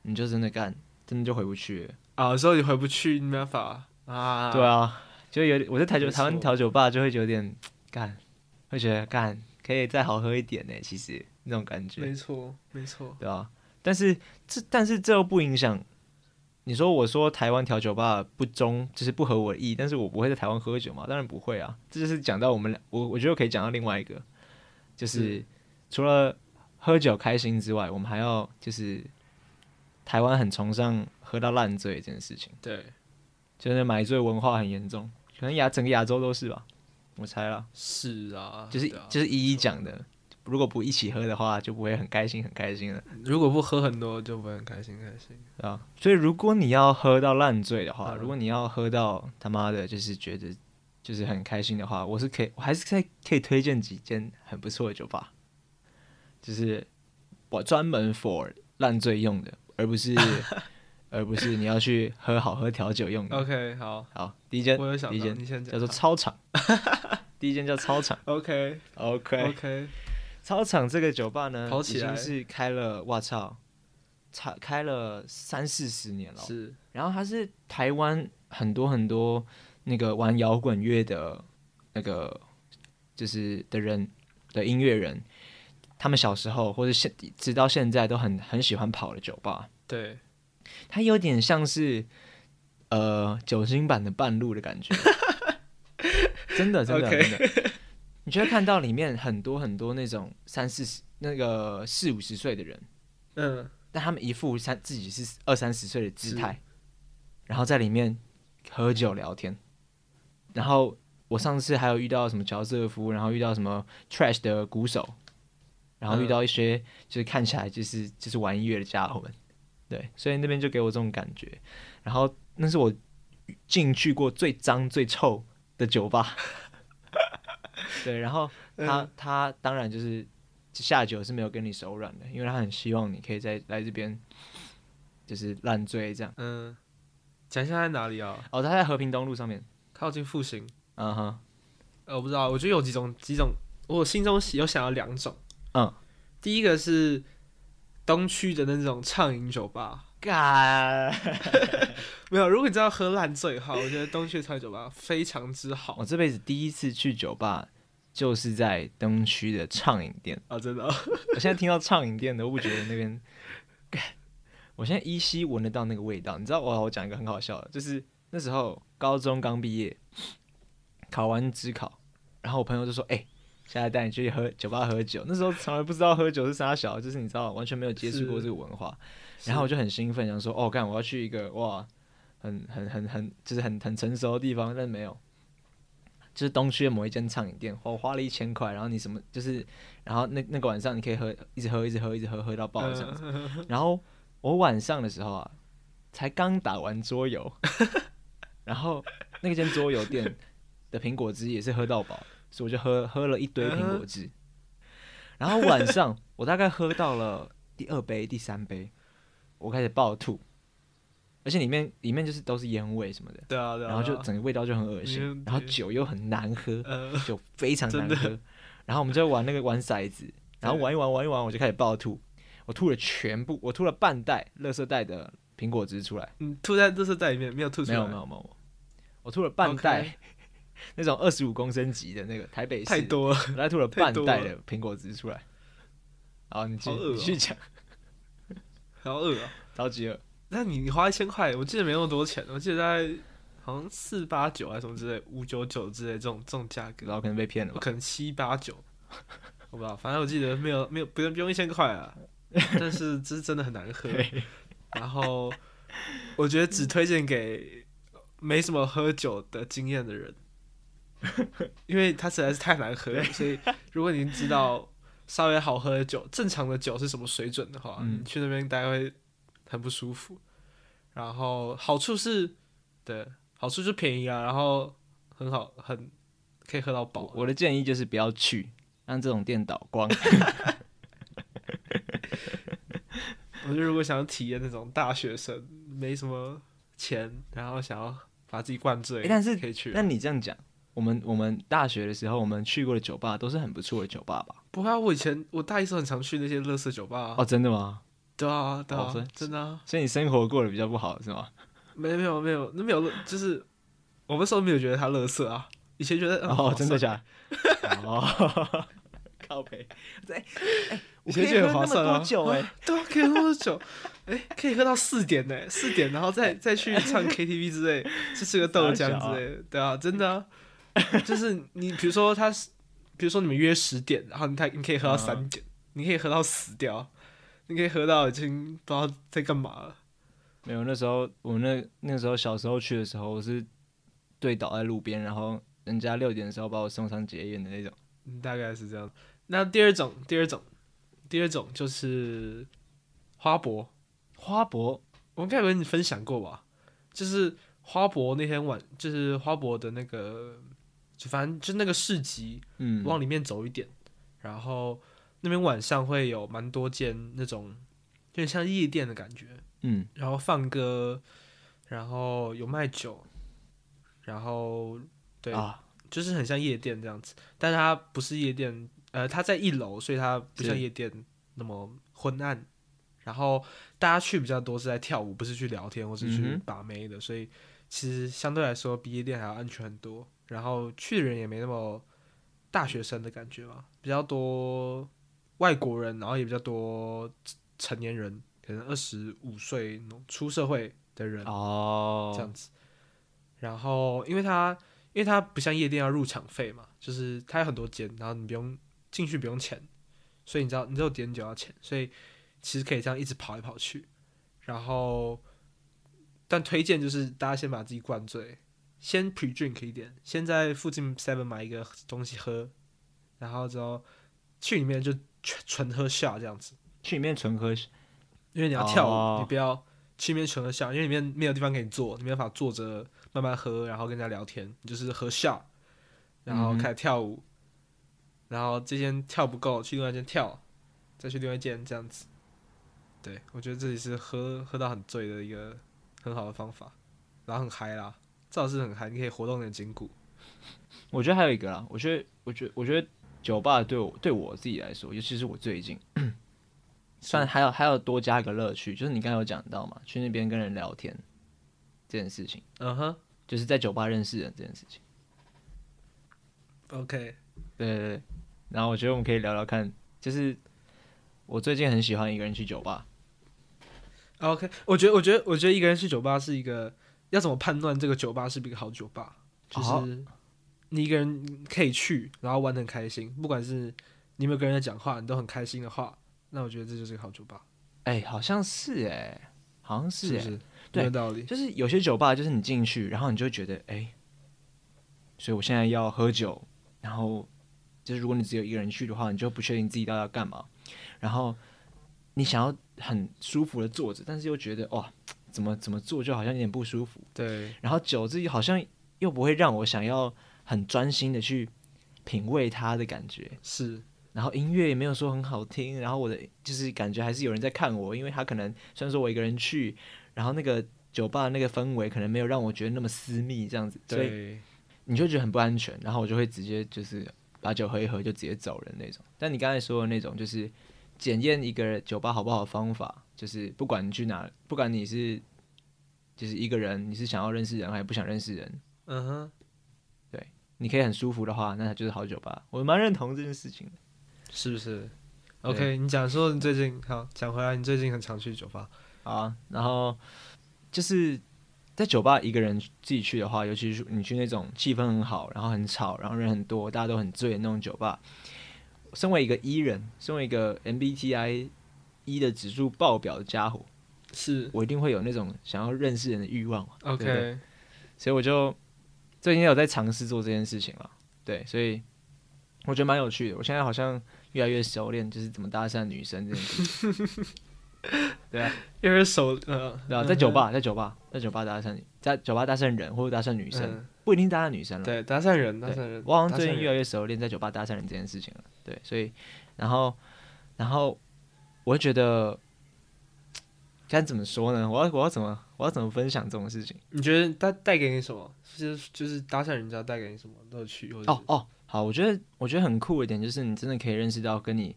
S1: 你就真的干，真的就回不去了。
S2: 啊，之后你回不去，没办法啊。
S1: 对，啊，就有我在台酒
S2: 没错
S1: 台湾调酒吧就会有点干，会觉得干可以再好喝一点呢，欸其实那种感觉
S2: 没，错，没错。
S1: 对啊。但是这但是这又不影响。你说我说台湾调酒吧不忠，就是不合我意，但是我不会在台湾喝酒嘛？当然不会啊，这就是讲到我们俩，我我觉得可以讲到另外一个，就是除了喝酒开心之外，我们还要就是台湾很崇尚喝到烂醉这件事情，
S2: 对，
S1: 就是买醉文化很严重，可能亚整个亚洲都是吧，我猜啦，
S2: 是啊，
S1: 就是
S2: 对啊
S1: 就是一一讲的，如果不一起喝的话，就不会很开心很开心了，
S2: 如果不喝很多就不会很开心，开心。
S1: 对吧？所以如果你要喝到烂醉的话，
S2: 啊嗯
S1: 如果你要喝到他妈的，就是觉得就是很开心的话，我是可以，我还是可以可以推荐几间很不错的酒吧，就是我专门 for 烂醉用的，而不 是而不是你要去喝好喝调酒用的。
S2: OK，好，
S1: 好，第一间
S2: 我有想
S1: 第一
S2: 到，
S1: 间
S2: 你先讲。
S1: 叫做操 场，第一间叫操场。
S2: OK
S1: OK，
S2: OK，
S1: 操场这个酒吧呢，
S2: 跑
S1: 已
S2: 起来
S1: 经是开了，我操，差开了三四十年了。
S2: 是
S1: 然后它是台湾很多很多那个玩摇滚乐的那个就是的人的音乐人，他们小时候或者现直到现在都很很喜欢跑的酒吧。
S2: 对，
S1: 它有点像是呃酒精版的半路的感觉，真的真的
S2: OK
S1: 真的，你就会看到里面很多很多那种三四十那个四五十岁的人，
S2: 嗯，
S1: 但他们一副三自己是二三十岁的姿态，然后在里面喝酒聊天，然后。我上次还有遇到什么乔瑟夫，然后遇到什么 Trash 的鼓手，然后遇
S2: 嗯
S1: 到一些就是看起来就是就是玩音乐的家伙们，对，所以那边就给我这种感觉。然后那是我进去过最脏最臭的酒吧。对，然后他、他当然就是下酒是没有跟你手软的，因为他很希望你可以在来这边就是烂醉这样。
S2: 嗯，讲一下在哪里啊？
S1: 哦，他在和平东路上面，
S2: 靠近复兴。
S1: 嗯哼，
S2: 呃，我不知道，我觉得有几种几种，我心中有想要两种。
S1: 嗯，
S2: 第一个是东区的那种畅饮酒吧，
S1: 干，
S2: 没有。如果你知道喝烂醉的话，我觉得东区的畅饮酒吧非常之好
S1: 我这辈子第一次去酒吧就是在东区的畅饮店。
S2: 啊，真的。
S1: 我现在听到畅饮店的，我不觉得那边，我现在依稀闻得到那个味道。你知道，我我讲一个很好笑的，就是那时候高中刚毕业，考完职考，然后我朋友就说：“哎、现在带你去喝酒吧喝酒。”那时候从来不知道喝酒是啥小，就是你知道完全没有接触过
S2: 是
S1: 这个文化。然后我
S2: 是
S1: 就很兴奋，想说：“哦，干，我要去一个哇，很很很很就是很很成熟的地方。”但没有。就是东区的某一间畅饮店，我花了一千块，然后你什么就是，然后那那个晚上你可以喝，一直喝，一直喝，一直喝，喝到哦爆这样子。
S2: 嗯
S1: 然后我晚上的时候啊，才刚打完桌游， 然后那间桌游店的苹果汁也是喝到饱，所以我就喝喝了一堆苹果
S2: 嗯
S1: 汁。然后晚上我大概喝到了第二杯、第三杯，我开始爆吐，而且里面里面就是都是烟味什么的，
S2: 对啊，对啊。
S1: 然后就
S2: 对啊
S1: 整个味道就很恶心
S2: 嗯，
S1: 然后
S2: 对
S1: 酒又很难喝，
S2: 呃，
S1: 酒非常难
S2: 真
S1: 喝。然后我们就玩那个玩骰子，然后玩一玩玩一玩，我就开始爆吐，我吐了全部，我吐了半袋垃圾袋的苹果汁出来，
S2: 你嗯吐在热圾袋里面，没有吐出
S1: 没
S2: 来，
S1: 有没有没有，我吐了半
S2: OK
S1: 袋 那种二十五公升级的那个台北市，
S2: 太多了。
S1: 我大概吐了
S2: 太
S1: 半
S2: 多
S1: 袋
S2: 了
S1: 的苹果汁出来。好，你继
S2: 好恶哦
S1: 你去讲，
S2: 好饿啊！
S1: 超级饿，
S2: 那你花一千块，我记得没那么多钱，我记得大概好像四八九啊还是什么之类，五九九之类这种这种价格
S1: 然，后可能被骗了
S2: 我
S1: 吧？
S2: 可能七八九，我不知道，反正我记得没有没有不用不用一千 块啊，但是这是真的很难喝。然后我觉得只推荐给没什么喝酒的经验 的人，因为它实在是太难喝了。所以如果你知道稍微好喝的酒，正常的酒是什么水准的话，
S1: 嗯
S2: 你去那边待会很不舒服。然后好处是，对，好处就便宜啊，然后很好，很可以喝到饱
S1: 我。我的建议就是不要去，让这种店倒光。
S2: 我就如果想要体验那种大学生没什么钱，然后想要把自己灌醉，
S1: 诶但是
S2: 可以去啊。
S1: 那你这样讲，我们我们大学的时候，我们去过的酒吧都是很不错的酒吧吧？
S2: 不会啊，我以前我大一时候很常去那些乐色酒吧啊、
S1: 哦，真的吗？
S2: 对啊，对啊，
S1: 哦所以
S2: 真的啊，
S1: 所以你生活过得比较不好是吗？
S2: 没没有没有，那没有，就是我们那时候没有觉得它乐色啊，以前觉得嗯
S1: 哦，真的假的？哦， 靠北， 哎、哎我
S2: 你
S1: 可
S2: 先
S1: 以
S2: 觉得很
S1: 喝
S2: 划
S1: 那
S2: 算
S1: 么
S2: 啊
S1: 多酒哎、
S2: 对啊，可以喝多久？ 哎、可以喝到四点呢、四点，然后
S1: 哎
S2: 再再去唱 KTV 之类，去吃个豆浆
S1: 傻小啊
S2: 之类的，对啊，真的 啊，就是你比如说他
S1: 嗯
S2: 是，比如说你们约十点，然后你他你可以喝到三点，你可以喝到死掉，你可以喝到已经不知道在干嘛了。
S1: 没有，那时候我那那时候小时候去的时候，我是对倒在路边，然后人家六点的时候把我送上捷运的那种。
S2: 嗯大概是这样。那第二种，第二种，第二种就是花博。
S1: 花博
S2: 我该有跟你分享过吧？就是花博那天晚，就是花博的那个，就反正就那个市集，
S1: 嗯，
S2: 往里面走一点，然后那边晚上会有蛮多间那种，有点像夜店的感觉，
S1: 嗯，
S2: 然后放歌，然后有卖酒，然后对，
S1: 啊，
S2: 就是很像夜店这样子，但它不是夜店，呃，它在一楼，所以它不像
S1: 是
S2: 夜店那么昏暗。然后大家去比较多是在跳舞，不是去聊天或是去
S1: 嗯哼
S2: 把妹的，所以其实相对来说比夜店还要安全很多。然后去的人也没那么大学生的感觉嘛，比较多外国人，然后也比较多成年人，可能二十五岁那种出社会的人。这
S1: 哦，
S2: 样子。然后，因为它因为它不像夜店要入场费嘛，就是它有很多间，然后你不用进去不用钱，所以你知道你只有点酒要钱，所以其实可以这样一直跑来跑去。然后，但推荐就是大家先把自己灌醉，先 pre drink 一点，先在附近 seven 买一个东西喝，然后之后去里面就纯纯喝下这样子。
S1: 去里面纯喝
S2: 因为你要跳舞，
S1: 哦
S2: 你不要去那边纯喝笑，因为里面没有地方给你坐，你没办法坐着慢慢喝，然后跟人家聊天，你就是喝笑，然后
S1: 嗯哼
S2: 开始跳舞，然后这间跳不够，去另外一间跳，再去另外一间这样子。对，我觉得这里是喝喝到很醉的一个很好的方法，然后很嗨啦，最好是很嗨，你可以活动你的筋骨。
S1: 我觉得还有一个啦，我觉得，我觉得，我觉得酒吧对我对我自己来说，尤其是我最近，算还有还有多加一个乐趣，就是你刚才有讲到嘛，去那边跟人聊天这件事情，
S2: 嗯哼
S1: 就是在酒吧认识人这件事情。
S2: ，OK，
S1: 对对对，然后我觉得我们可以聊聊看，就是我最近很喜欢一个人去酒吧，
S2: OK，我觉得，我觉得，我觉得一个人去酒吧是一个要怎么判断这个酒吧是不是一个好酒吧？就
S1: 好
S2: 是你一个人可以去，然后玩的很开心，不管是你有没有跟人家讲话，你都很开心的话，那我觉得这就是一个好酒吧，
S1: 哎、好像是哎、好像是
S2: 不
S1: 哎、
S2: 是？
S1: 对
S2: 没有道理。
S1: 就是有些酒吧，就是你进去，然后你就会觉得，哎、所以我现在要喝酒，然后就是如果你只有一个人去的话，你就不确定自己到底要干嘛，然后你想要很舒服的坐着，但是又觉得哇，怎么怎么坐就好像有点不舒服，
S2: 对，
S1: 然后酒自己好像又不会让我想要很专心的去品味它的感觉，
S2: 是，
S1: 然后音乐也没有说很好听，然后我的就是感觉还是有人在看我，因为他可能虽然说我一个人去，然后那个酒吧那个氛围可能没有让我觉得那么私密这样子，所以
S2: 对，
S1: 你就觉得很不安全，然后我就会直接就是把酒喝一喝就直接走人那种。但你刚才说的那种就是检验一个酒吧好不好的方法，就是不管你去哪，不管你是就是一个人，你是想要认识人还是不想认识人，
S2: 嗯哼，
S1: 你可以很舒服的话，那它就是好酒吧。我蛮认同这件事情的。
S2: 是不是？OK，你讲说你最近好，讲回来，你最近很常去酒吧，
S1: 好啊，然后就是在酒吧一个人自己去的话，尤其是你去那种气氛很好，然后很吵，然后人很多，大家都很醉的那种酒吧，身为一个 E 人，身为一个 MBTI 一的指数爆表的家伙，
S2: 是
S1: 我一定会有那种想要认识人的欲望嘛对不对
S2: OK，
S1: 所以我就最近有在尝试做这件事情了。对，所以我觉得蛮有趣的。我现在好像越来越熟练，就是怎么搭讪女生这件事情。对啊，
S2: 因为手呃，
S1: 对啊，在酒吧，在酒吧，在酒吧搭讪，在酒吧搭讪人或者搭讪女
S2: 女
S1: 生，不一定搭讪女生了。
S2: 嗯对，搭讪人，搭
S1: 对
S2: 讪人，
S1: 我好像
S2: 搭
S1: 最
S2: 讪
S1: 近越
S2: 人
S1: 来越熟练在酒吧搭讪人这件事情了。对，所以，然后，然后，我会觉得该怎么说呢？我要我要怎么我要怎么分享这种事情？
S2: 你觉得它带给你什么？就是就是搭讪人家带给你什么乐趣？或者
S1: 哦哦，好，我觉得我觉得很酷的一点就是，你真的可以认识到跟你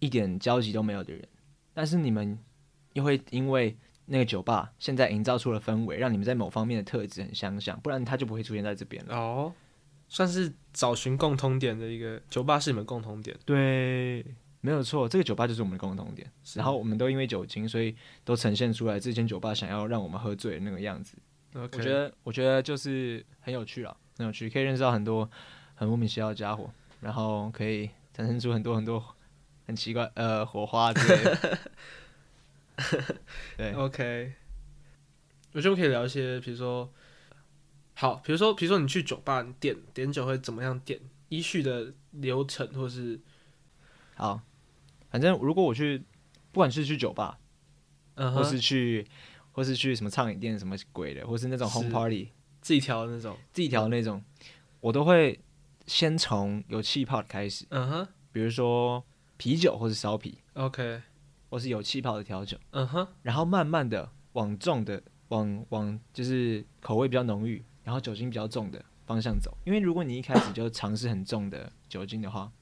S1: 一点交集都没有的人，但是你们又会因为那个酒吧现在营造出了氛围，让你们在某方面的特质很相像，不然他就不会出现在这边了。
S2: 哦，算是找寻共通点的一个酒吧是你们共通点，
S1: 对，没有错，这个酒吧就是我们的共同点。
S2: 是
S1: 然后我们都因为酒精，所以都呈现出来这间酒吧想要让我们喝醉的那个样子。
S2: 我
S1: 我觉得，我觉得就是很有趣了，很有趣，可以认识到很多很莫名其妙的家伙，然 后可以产生出很多很多很奇怪呃火花之类的。对，
S2: 哦 OK，我觉得我们可以聊一些，比如说，好，比如说，比如说你去酒吧，你点点酒会怎么样点？依序的流程，或是
S1: 好，反正如果我去，不管是去酒吧，
S2: 嗯
S1: 或
S2: 哼，
S1: 是去，或是去什么唱饮店什么鬼的，或是那种
S2: 是
S1: home party
S2: 自己调的那种，
S1: 自己调的那种，我都会先从有气泡的开始，
S2: 嗯哼
S1: 比如说啤酒或是烧啤，
S2: ，OK，
S1: 或是有气泡的调酒，
S2: 嗯哼，，
S1: 然后慢慢的往重的，往往就是口味比较浓郁，然后酒精比较重的方向走。因为如果你一开始就尝试很重的酒精的话，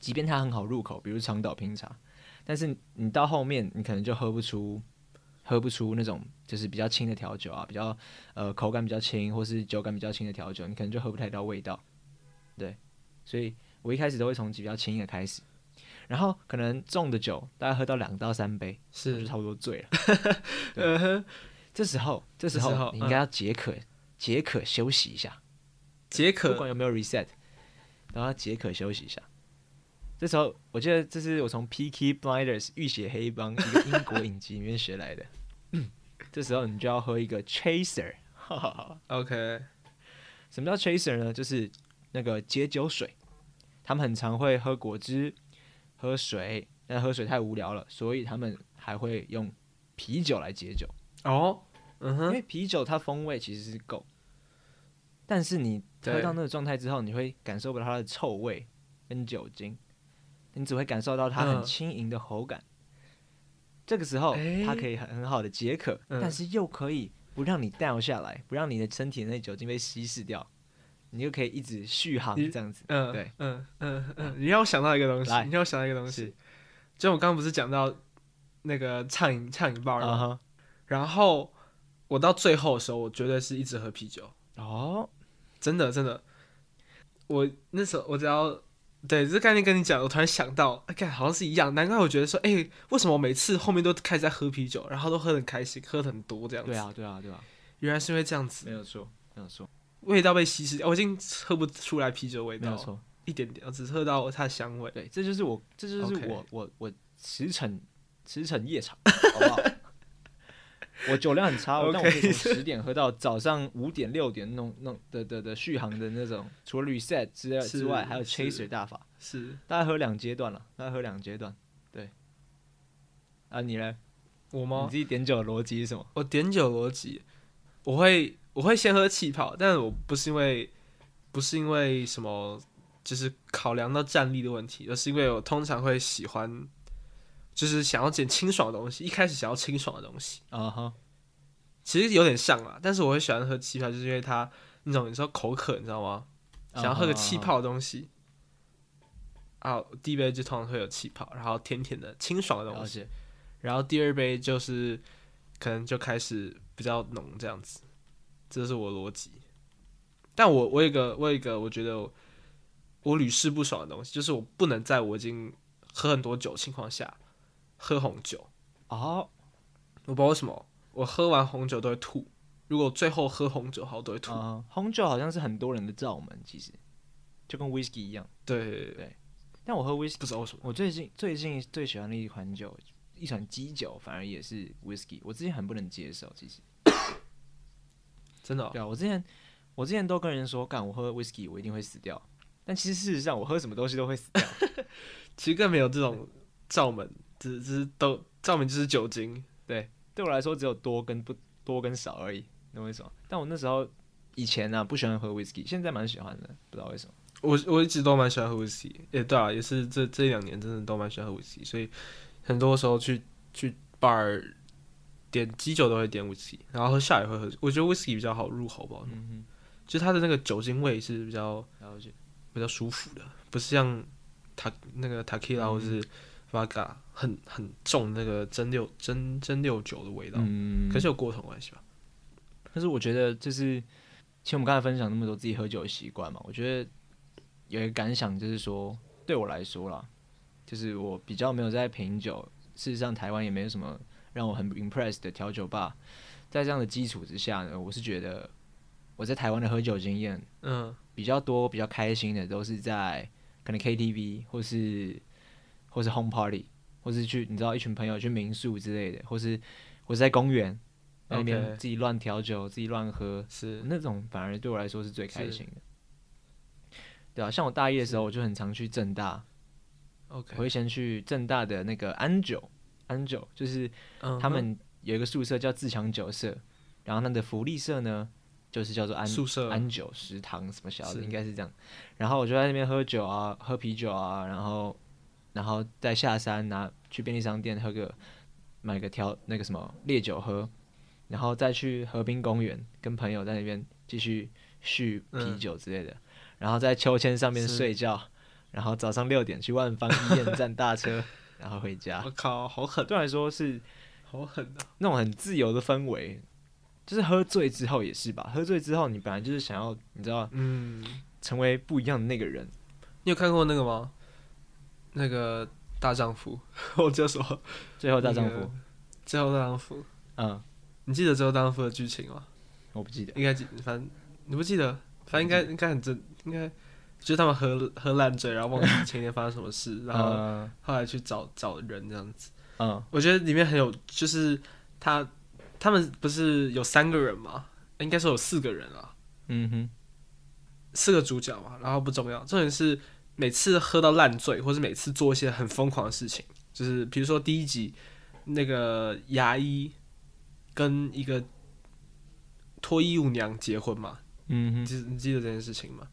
S1: 即便它很好入口，比如长岛冰茶，但是你到后面你可能就喝不出。喝不出那种就是比较轻的调酒啊，比较呃口感比较轻，或是酒感比较轻的调酒，你可能就喝不太到味道。对，所以我一开始都会从比较轻的开始，然后可能重的酒大概喝到两到三杯，我就是差不多醉了。
S2: 嗯哼，
S1: 这时候，这时
S2: 这时
S1: 候嗯
S2: 候
S1: 你应该要解渴，解渴休息一下，
S2: 解
S1: 不
S2: 渴
S1: 管有没有 reset，然后解渴休息一下。这时候，我记得这是我从 Peaky Blinders 浴血黑帮一个英国影集里面学来 的。这时候你就要喝一个 chaser，哈 哈哈。
S2: ，OK，
S1: 什么叫 chaser 呢？就是那个解酒水，他们很常会喝果汁、喝水，但喝水太无聊了，所以他们还会用啤酒来解酒。
S2: 哦，嗯
S1: 因
S2: 哼，
S1: 为啤酒它风味其实是够，但是你喝
S2: 对
S1: 到那个状态之后，你会感受不到它的臭味跟酒精，你只会感受到它很
S2: 嗯
S1: 轻盈的口感。这个时候，
S2: 诶
S1: 它可以很很好的解渴，
S2: 嗯
S1: 但是又可以不让你 down 下来，不让你的身体内酒精被稀释掉，你就可以一直续航
S2: 你
S1: 这样子。
S2: 嗯，
S1: 对，
S2: 嗯嗯嗯，你让我想到一个东西
S1: 来，
S2: 你让我想到一个东
S1: 是
S2: 西，就我刚刚不是讲到那个畅饮畅饮 bar
S1: 啊
S2: 吗？
S1: 哈，
S2: 然后我到最后的时候，我绝对是一直喝啤酒。
S1: 哦，
S2: 真的真的，我那时候我只要对这个概念跟你讲，我突然想到，哎、干好像是一样，难怪我觉得说，哎、为什么我每次后面都开始在喝啤酒，然后都喝得很开心，喝得很多这样子？
S1: 对，啊，对啊，对啊，
S2: 原来是因为这样子，
S1: 没有错，没有错，
S2: 味道被稀释哦掉，我已经喝不出来啤酒味
S1: 没有
S2: 道，
S1: 错。
S2: 一点点，我只喝到它的香味。
S1: 对，这就是我，这就是
S2: OK
S1: 我我我驰骋驰骋夜场，好不好？我酒量很差，我但我可以
S2: OK
S1: 从十点喝到早上五点六点那种那种的的的续航的那种，除了 reset 之外
S2: 是
S1: 之外，还有
S2: 是
S1: chaser 大法，
S2: 是
S1: 大概喝两阶段了，大概喝两阶段，对。啊，你呢？
S2: 我
S1: 你
S2: 吗？
S1: 自己点酒的逻辑是什么？
S2: 我点酒逻辑，我会我会先喝气泡，但我不是因为不是因为什么，就是考量到战力的问题，而是因为我通常会喜欢，就是想要点清爽的东西，一开始想要清爽的东西，
S1: 啊哈，
S2: 其实有点像啦，但是我会喜欢喝气泡，就是因为它那种你知道口渴，你知道吗？想要喝个气泡的东西。啊，第一杯就通常会有气泡，然后甜甜的、清爽的
S1: 了
S2: 东西。
S1: 解。
S2: 然后第二杯就是可能就开始比较浓这样子，这是我逻辑。但我我有一个我有一个我觉得我我屡试不爽的东西，就是我不能在我已经喝很多酒的情况下喝红酒，
S1: 哦，
S2: 我不知道为什么，我喝完红酒都会吐。如果最后喝红酒好，我都会吐。
S1: 啊，红酒好像是很多人的罩门，其实就跟 whisky 一样，
S2: 对，
S1: 但我喝 whisky
S2: 不知道为什么。
S1: 我最近最近最喜欢的一款酒，一款基酒，反而也是 whisky。我之前很不能接受，其实。
S2: 真的哦、
S1: 对啊，我之前我之前都跟人说，干我喝 whisky 我一定会死掉，但其实事实上我喝什么东西都会死掉。
S2: 其实更没有这种罩门，只只是都罩门就是酒精。
S1: 对我来说，只有多跟不多跟少而已，懂我意思吗？但我那时候以前呢、啊、不喜欢喝 whisky，现在蛮喜欢的，不知道为什么。
S2: 我我一直都蛮喜欢喝 whisky，也对啊，也是这这一两年真的都蛮喜欢喝 whisky，所以很多时候去去 bar 点基酒都会点 whisky，然后喝下也会喝，我觉得 whisky 比较好入口吧，
S1: 嗯
S2: 就它的那个酒精味是比较
S1: 哼，了解。
S2: 比较舒服的，不是像塔那
S1: 嗯
S2: 个 tequila 或是 vodka 很很重那个蒸馏蒸蒸馏酒的味道，
S1: 嗯，
S2: 可是有过桶关系吧？
S1: 但是我觉得就是，其实我们刚才分享那么多自己喝酒的习惯嘛，我觉得有一个感想就是说，对我来说啦，就是我比较没有在品酒，事实上台湾也没有什么让我很 impressed 的调酒吧，在这样的基础之下呢，我是觉得我在台湾的喝酒经验
S2: 嗯，
S1: 比较多、比较开心的都是在可能 KTV 或是或是 home party 或是去你知道一群朋友去民宿之类的，或是或是在公园在那边
S2: OK
S1: 自己乱调酒、自己乱喝，
S2: 是
S1: 那种反而对我来说是最开
S2: 是
S1: 心的。对啊，像我大一的时候，我就很常去正大，我
S2: OK，
S1: 会先去正大的那个安久，安久就是
S2: 嗯
S1: 他
S2: 哼
S1: 们有一个宿舍叫自强酒舍，然后他们的福利社呢，就是叫做安
S2: 宿舍
S1: 安久食堂什么小的，
S2: 嗯是
S1: 应该是这样。然后我就在那边喝酒啊，喝啤酒啊，然后然后再下山拿去便利商店喝个买个调那个什么烈酒喝，然后再去河滨公园跟朋友在那边继续续啤
S2: 嗯
S1: 酒之类的，然后在秋千上面
S2: 是
S1: 睡觉，然后早上六点去万方医院站大 车，然后回家
S2: 我。靠，好狠，
S1: 对我来说是
S2: 好狠啊！
S1: 那种很自由的氛围，就是喝醉之后也是吧。喝醉之后，你本来就是想要，你知道，
S2: 嗯，
S1: 成为不一样的那个人。
S2: 你有看过那个吗？那个大丈夫， 我叫什么？
S1: 最后大丈
S2: 那
S1: 夫
S2: 个，最后大丈夫，
S1: 嗯，
S2: 你记得最后大丈夫的剧情吗？
S1: 我不记得。
S2: 应该记，反正你不记得，反正应该应该很正，应该就是他们喝喝烂醉，然后 忘记前天发生什么事，然后
S1: 嗯
S2: 后来去找找人这样子。
S1: 嗯
S2: 我觉得里面很有，就是他他们不是有三个人吗？应该说有四个人啊，
S1: 嗯哼，
S2: 四个主角嘛，然后不重要，重点是每次喝到烂醉，或是每次做一些很疯狂的事情，就是比如说第一集那个牙医跟一个脱衣舞娘结婚嘛，你
S1: 嗯哼
S2: 记你记得这件事情吗？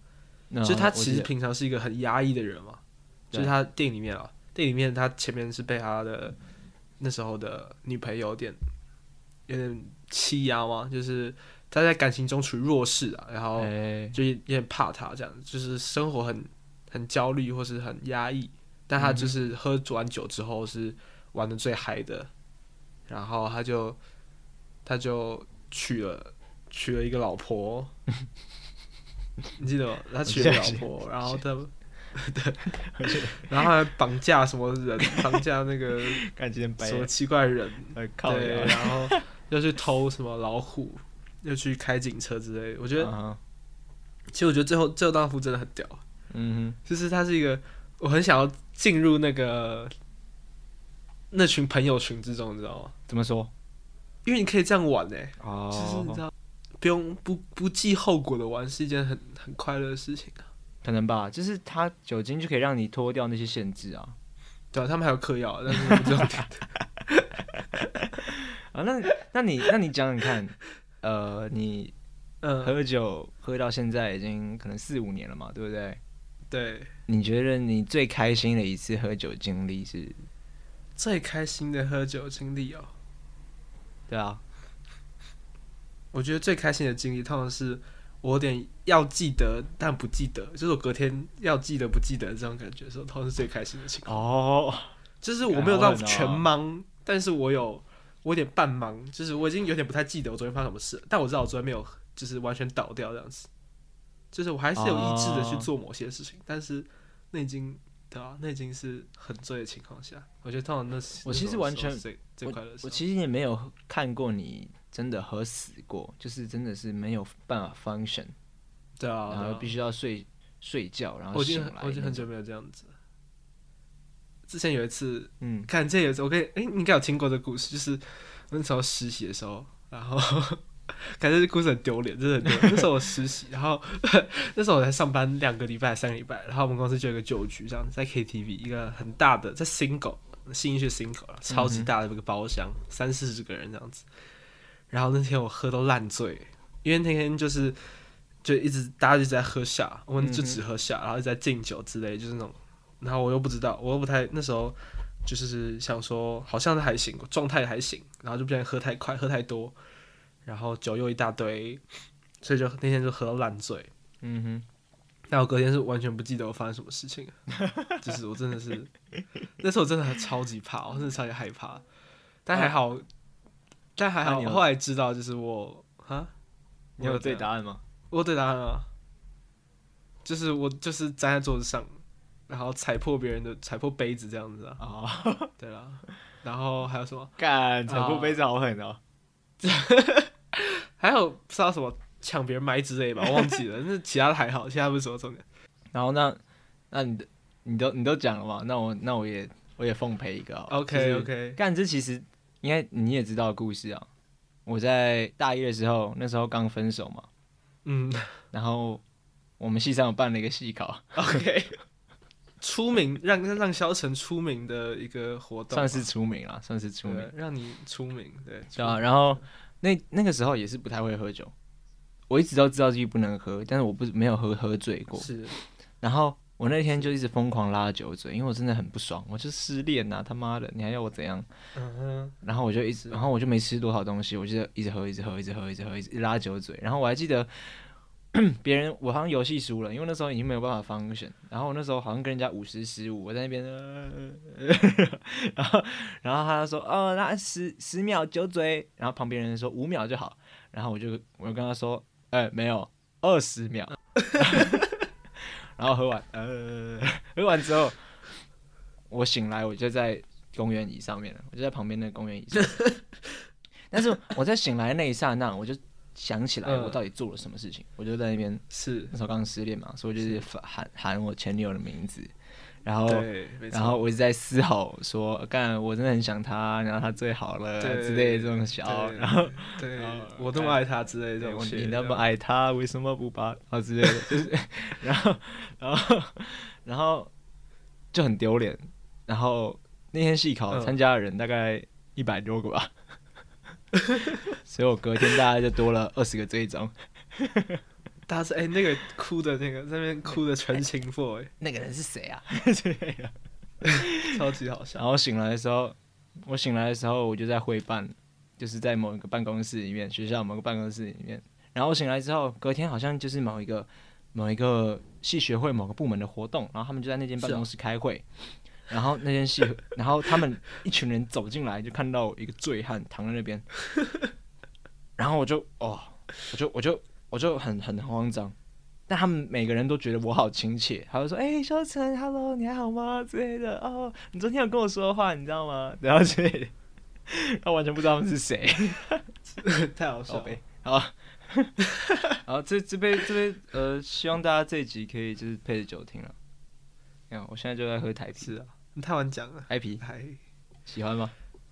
S1: 那
S2: 就是他
S1: 啊我
S2: 其
S1: 记
S2: 实
S1: 得
S2: 平常是一个很压抑的人嘛，
S1: 对
S2: 就是他电影里面啊，电影里面他前面是被他的那时候的女朋友有点有点欺压嘛，就是他在感情中处于弱势啊，然后
S1: 哎
S2: 就有点怕他这样，就是生活很很焦虑或是很压抑，但他就是喝完酒之后是玩的最嗨的，然后他就他就娶了娶了一个老婆，你记得吗？他娶了一个老婆，然后他对，
S1: 哦
S2: 然后还绑架什么人，绑架那个
S1: 干今天白
S2: 什么奇怪人，
S1: 呃靠
S2: 对，
S1: 呀，
S2: 然后又去偷什么老虎，又去开警车之类的，我觉得。
S1: 嗯哼
S2: 其实我觉得最后最后大夫真的很屌，
S1: 嗯
S2: 就是他是一个我很想要进入那个那群朋友群之中，你知道吗？
S1: 哼，怎么说？
S2: 因为你可以这样玩呢、就是你知
S1: 哦，
S2: 道不用不不计后果的玩是一件很很快乐的事情啊。
S1: 可能吧，就是它酒精就可以让你脱掉那些限制啊。
S2: 对啊，他们还有嗑药，但是我不知道
S1: 啊，那那你那你讲讲看，呃，你
S2: 嗯，
S1: 喝酒喝到现在已经可能四五年了嘛，对不对？
S2: 对，
S1: 你觉得你最开心的一次喝酒经历是？
S2: 最开心的喝酒经历哦、
S1: 对啊，
S2: 我觉得最开心的经历，通常是我有点要记得但不记得，就是我隔天要记得不记得这种感觉的时候，通常是最开心的情况。
S1: 哦，
S2: 就是我没有
S1: 干
S2: 到
S1: 好狠哦
S2: 全盲，但是我有我有点半盲，就是我已经有点不太记得我昨天发生什么事了，但我知道我昨天没有就是完全倒掉这样子，就是我还是有意志的去做某些事情，但是那已经对啊，那已经是很醉的情况下，我觉得通常那是
S1: 我其实完全
S2: 那种时候是最最快乐的
S1: 我
S2: 时候，
S1: 其实也没有看过你真的喝死过，就是真的是没有办法 function，、
S2: 对啊，
S1: 然后必
S2: 须
S1: 须要睡睡觉，然后
S2: 我已
S1: 醒
S2: 经
S1: 来
S2: 很
S1: 那种。
S2: 我已经很久没有这样子了。之前有一次，
S1: 嗯，
S2: 看这有一次我跟你哎、你应该有听过这故事，就是我那时候实习的时候，然后感觉这故事很丢脸，真的很丢脸。那时候我实习，然后那时候我才上班两个礼拜、三个礼拜，然后我们公司就有一个酒局，这样在 KTV 一个很大的，在 single 新一区 single 啊超级大的一个包厢，三四十个人这样子。然后那天我喝到烂醉，因为那天就是就一直大家一直在喝下，我们就只喝下，然后一直在敬酒之类，就是那种。然后我又不知道，我又不太那时候就是想说，好像还行，状态还行，然后就不小心喝太快，喝太多，然后酒又一大堆，所以就那天就喝到烂醉。
S1: 嗯哼，
S2: 但我隔天是完全不记得我发生什么事情了， 就是我真的是，那时候我真的还超级怕，我真的超级害怕，但还好，但还
S1: 啊那
S2: 好，
S1: 你
S2: 我
S1: 有
S2: 后来知道就是我啊，
S1: 你有
S2: 我这
S1: 对
S2: 样
S1: 答案吗？
S2: 我有对答案啊，就是我就是站在桌子上，然后踩破别人的踩破杯子这样子啊，
S1: 哦，
S2: 对啦，然后还有什么？ 哦
S1: 干，踩破杯子好狠哦。
S2: 还有不知道什么抢别人麦之 类吧，我忘记了。那其他的还好，其他不是什么重点。
S1: 然后那那你的你都你都讲了嘛？那我那我也我也奉陪一个好了。
S2: OK OK，
S1: 干这其实应该你也知道的故事啊。我在大一的时候，那时候刚分手嘛，
S2: 嗯
S1: 然后我们系上有办了一个系考，
S2: ，OK，出名让让萧晨出名的一个活动嘛，
S1: 算是出名了，算是出名
S2: 对。让你出名，对，
S1: 对啊，然后那那个时候也是不太会喝酒，我一直都知道自己不能喝，但是我不没有喝喝醉过。
S2: 是
S1: 然后我那天就一直疯狂拉酒醉，因为我真的很不爽，我就失恋呐、他妈的，你还要我怎样？
S2: 嗯哼，
S1: 然后我就一直，然后我就没吃多少东西，我就一直喝，一直喝，一直喝，一直喝，一直拉酒嘴。然后我还记得 别人，我好像游戏输了，因为那时候已经没有办法 function。然后我那时候好像跟人家五十十五，我在那边，呃、然后然后他就说，哦，那十十秒酒嘴。然后旁边人说五秒就好。然后我就我就跟他说，哎、没有，二十秒。 然后喝完，呃，喝完之后，我醒来，我就在公园椅上面了，我就在旁边那个公园椅上。 但是我在醒来那一刹那，我就想起来
S2: 嗯
S1: 我到底做了什么事情，我就在那边
S2: 是，
S1: 那时候刚失恋嘛，所以我就是喊喊我前女友的名字，然后
S2: 对，没错
S1: 然后我一直在嘶吼说，干，我真的很想她，然后她最好了
S2: 对
S1: 之类的这种小，
S2: 对
S1: 然后
S2: 对
S1: 然后，
S2: 我那么爱他之类的这
S1: 对
S2: 种
S1: 我
S2: shit，
S1: 你那么
S2: 这样，
S1: 爱他，为什么不把啊之类的，就是然后然后然后就很丢脸。然后那天系考
S2: 嗯
S1: 参加的人大概一百多个 吧，所以我隔天大概就多了二十个追踪。
S2: 大家是哎那个哭的那个在那边哭的纯情 boy，
S1: 那个人是谁啊？
S2: 超级好笑，
S1: 然后醒来的时候，我醒来的时候我就在会办，就是在某一个办公室里面，学校某个办公室里面。然后我醒来之后，隔天好像就是某一个某一个系学会某个部门的活动，然后他们就在那间办公室开会。然后那间系，然后他们一群人走进来，就看到我一个醉汉躺在那边，然后我就哦，我就我就我就很很慌张，但他们每个人都觉得我好亲切，他就说：“哎、萧晨，Hello，你还好吗？”之类的。哦，你昨天有跟我说话，你知道吗？然后之类的，他完全不知道他们是 谁。
S2: 太好
S1: 宝
S2: 笑了
S1: 贝，好， 好，这这边这边呃，希望大家这一集可以就是配着酒听了。你看，我现在就在喝台啤，
S2: 是啊，你太晚讲了，
S1: 台啤
S2: 台
S1: 喜欢吗？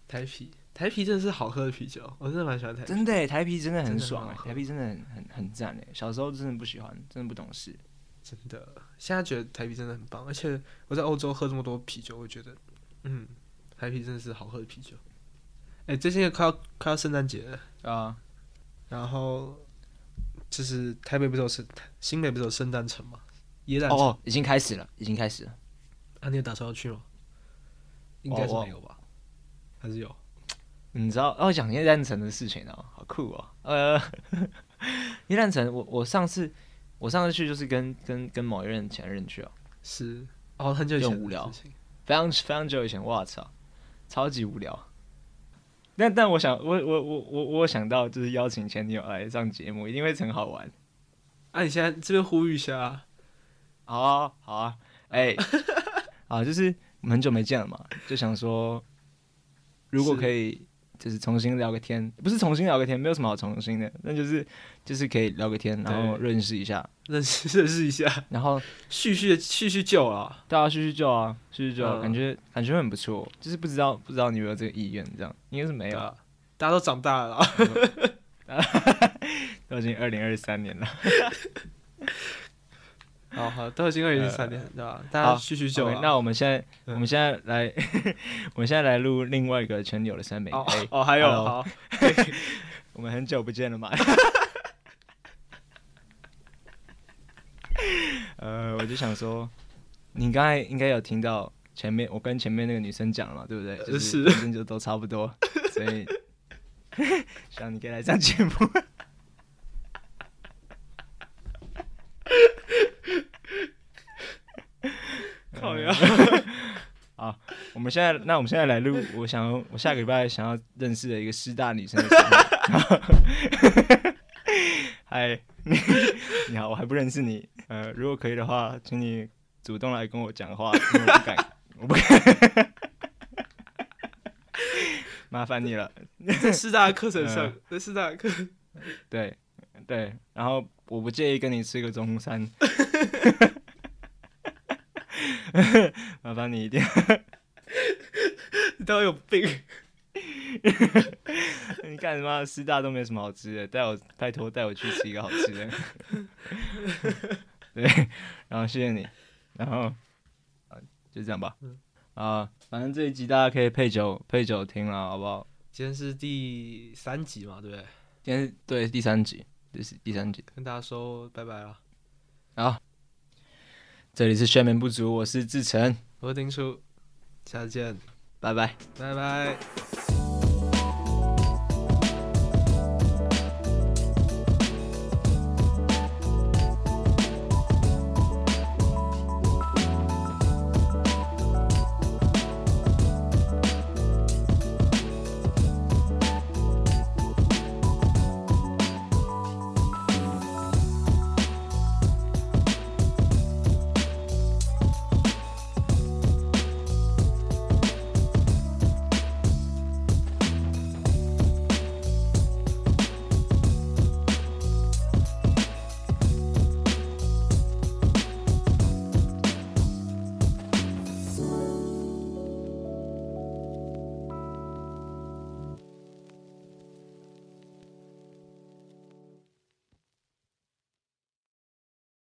S2: 台啤台啤真的是好喝的啤酒，我真的蛮喜欢台啤，
S1: 真的欸，台啤真的很爽
S2: 真的很
S1: 欸
S2: 好喝
S1: 台啤真的很很很赞哎。小时候真的不喜欢，真的不懂事。
S2: 真的，现在觉得台啤真的很棒，而且我在欧洲喝这么多啤酒，我觉得，嗯，台啤真的是好喝的啤酒。哎、最近也快要快要圣诞节了，
S1: 啊，
S2: 然后就是台北不是有圣新北不是有圣诞城吗？耶诞城、
S1: 哦，已经开始了，已经开始了。
S2: 啊，你有打算要去吗？应该是
S1: 哦我
S2: 没有吧，还是有？
S1: 你知道哦，讲叶诞城的事情哦，好酷哦。呃， 叶诞城，我我上次我上次去就是跟跟跟某一任前任去哦，
S2: 是哦，很久以前
S1: 就很无聊
S2: 的事情
S1: 非常非常久以前，我操，超级无聊。但但我想，我我我我我想到就是邀请前女友来上节目，一定会很好玩。
S2: 啊，你现在这边呼吁一下啊，
S1: 好啊，好啊， 哎、啊，就是我们很久没见了嘛，就想说，如果
S2: 是
S1: 可以，就是重新聊个天，不是重新聊个天，没有什么好重新的，那就是就是可以聊个天，然后
S2: 对
S1: 认识一下，
S2: 认识认识一下，
S1: 然后
S2: 叙叙叙叙旧啊。
S1: 大家叙叙旧啊，叙叙旧啊，
S2: 嗯
S1: 感觉感觉很不错，就是不知道不知道你有没有这个意愿，这样应该是没
S2: 对
S1: 有，
S2: 啊，大家都长大了啊，
S1: 都已经二零二三年了。
S2: 好哦好，都已经二零三年，对吧？大家
S1: 好
S2: 叙叙旧
S1: OK，
S2: 啊。
S1: 那我们现在、
S2: 嗯
S1: 我们现在来， 我们现在来录另外一个全友的三美。
S2: 哦
S1: 哎
S2: 哦，还有
S1: hello
S2: 好，
S1: 我们很久不见了嘛。 呃，我就想说，你刚才应该有听到前面我跟前面那个女生讲了嘛，对不对？
S2: 呃
S1: 就是
S2: 是
S1: 反正就都差不多，所以 希望你可以来上节目。
S2: 靠呀，
S1: 我们现在，那我们现在来录，我想要我下个礼拜想要认识的一个师大女生的生日。 嗨，你你好，我还不认识你。呃，如果可以的话，请你主动来跟我讲话，因为我不敢，我不敢。 麻烦你了，
S2: 在师大的课程上
S1: 嗯，
S2: 在师大的课，
S1: 对对，然后我不介意跟你吃个中餐， 麻烦你一定
S2: 你到底有病？
S1: 你干什么？师大都没什么好吃的，带我拜托带我去吃一个好吃的。 对，然后谢谢你，然后啊就这样吧。啊，反正这一集大家可以配酒配酒听了，好不好？
S2: 今天是第三集嘛，对不对？
S1: 今天是对第三集，这是第三集。
S2: 跟大家说拜拜了。
S1: 好，这里是睡眠不足，我是志成，
S2: 我是丁叔，下次见，
S1: 拜拜。
S2: 拜拜。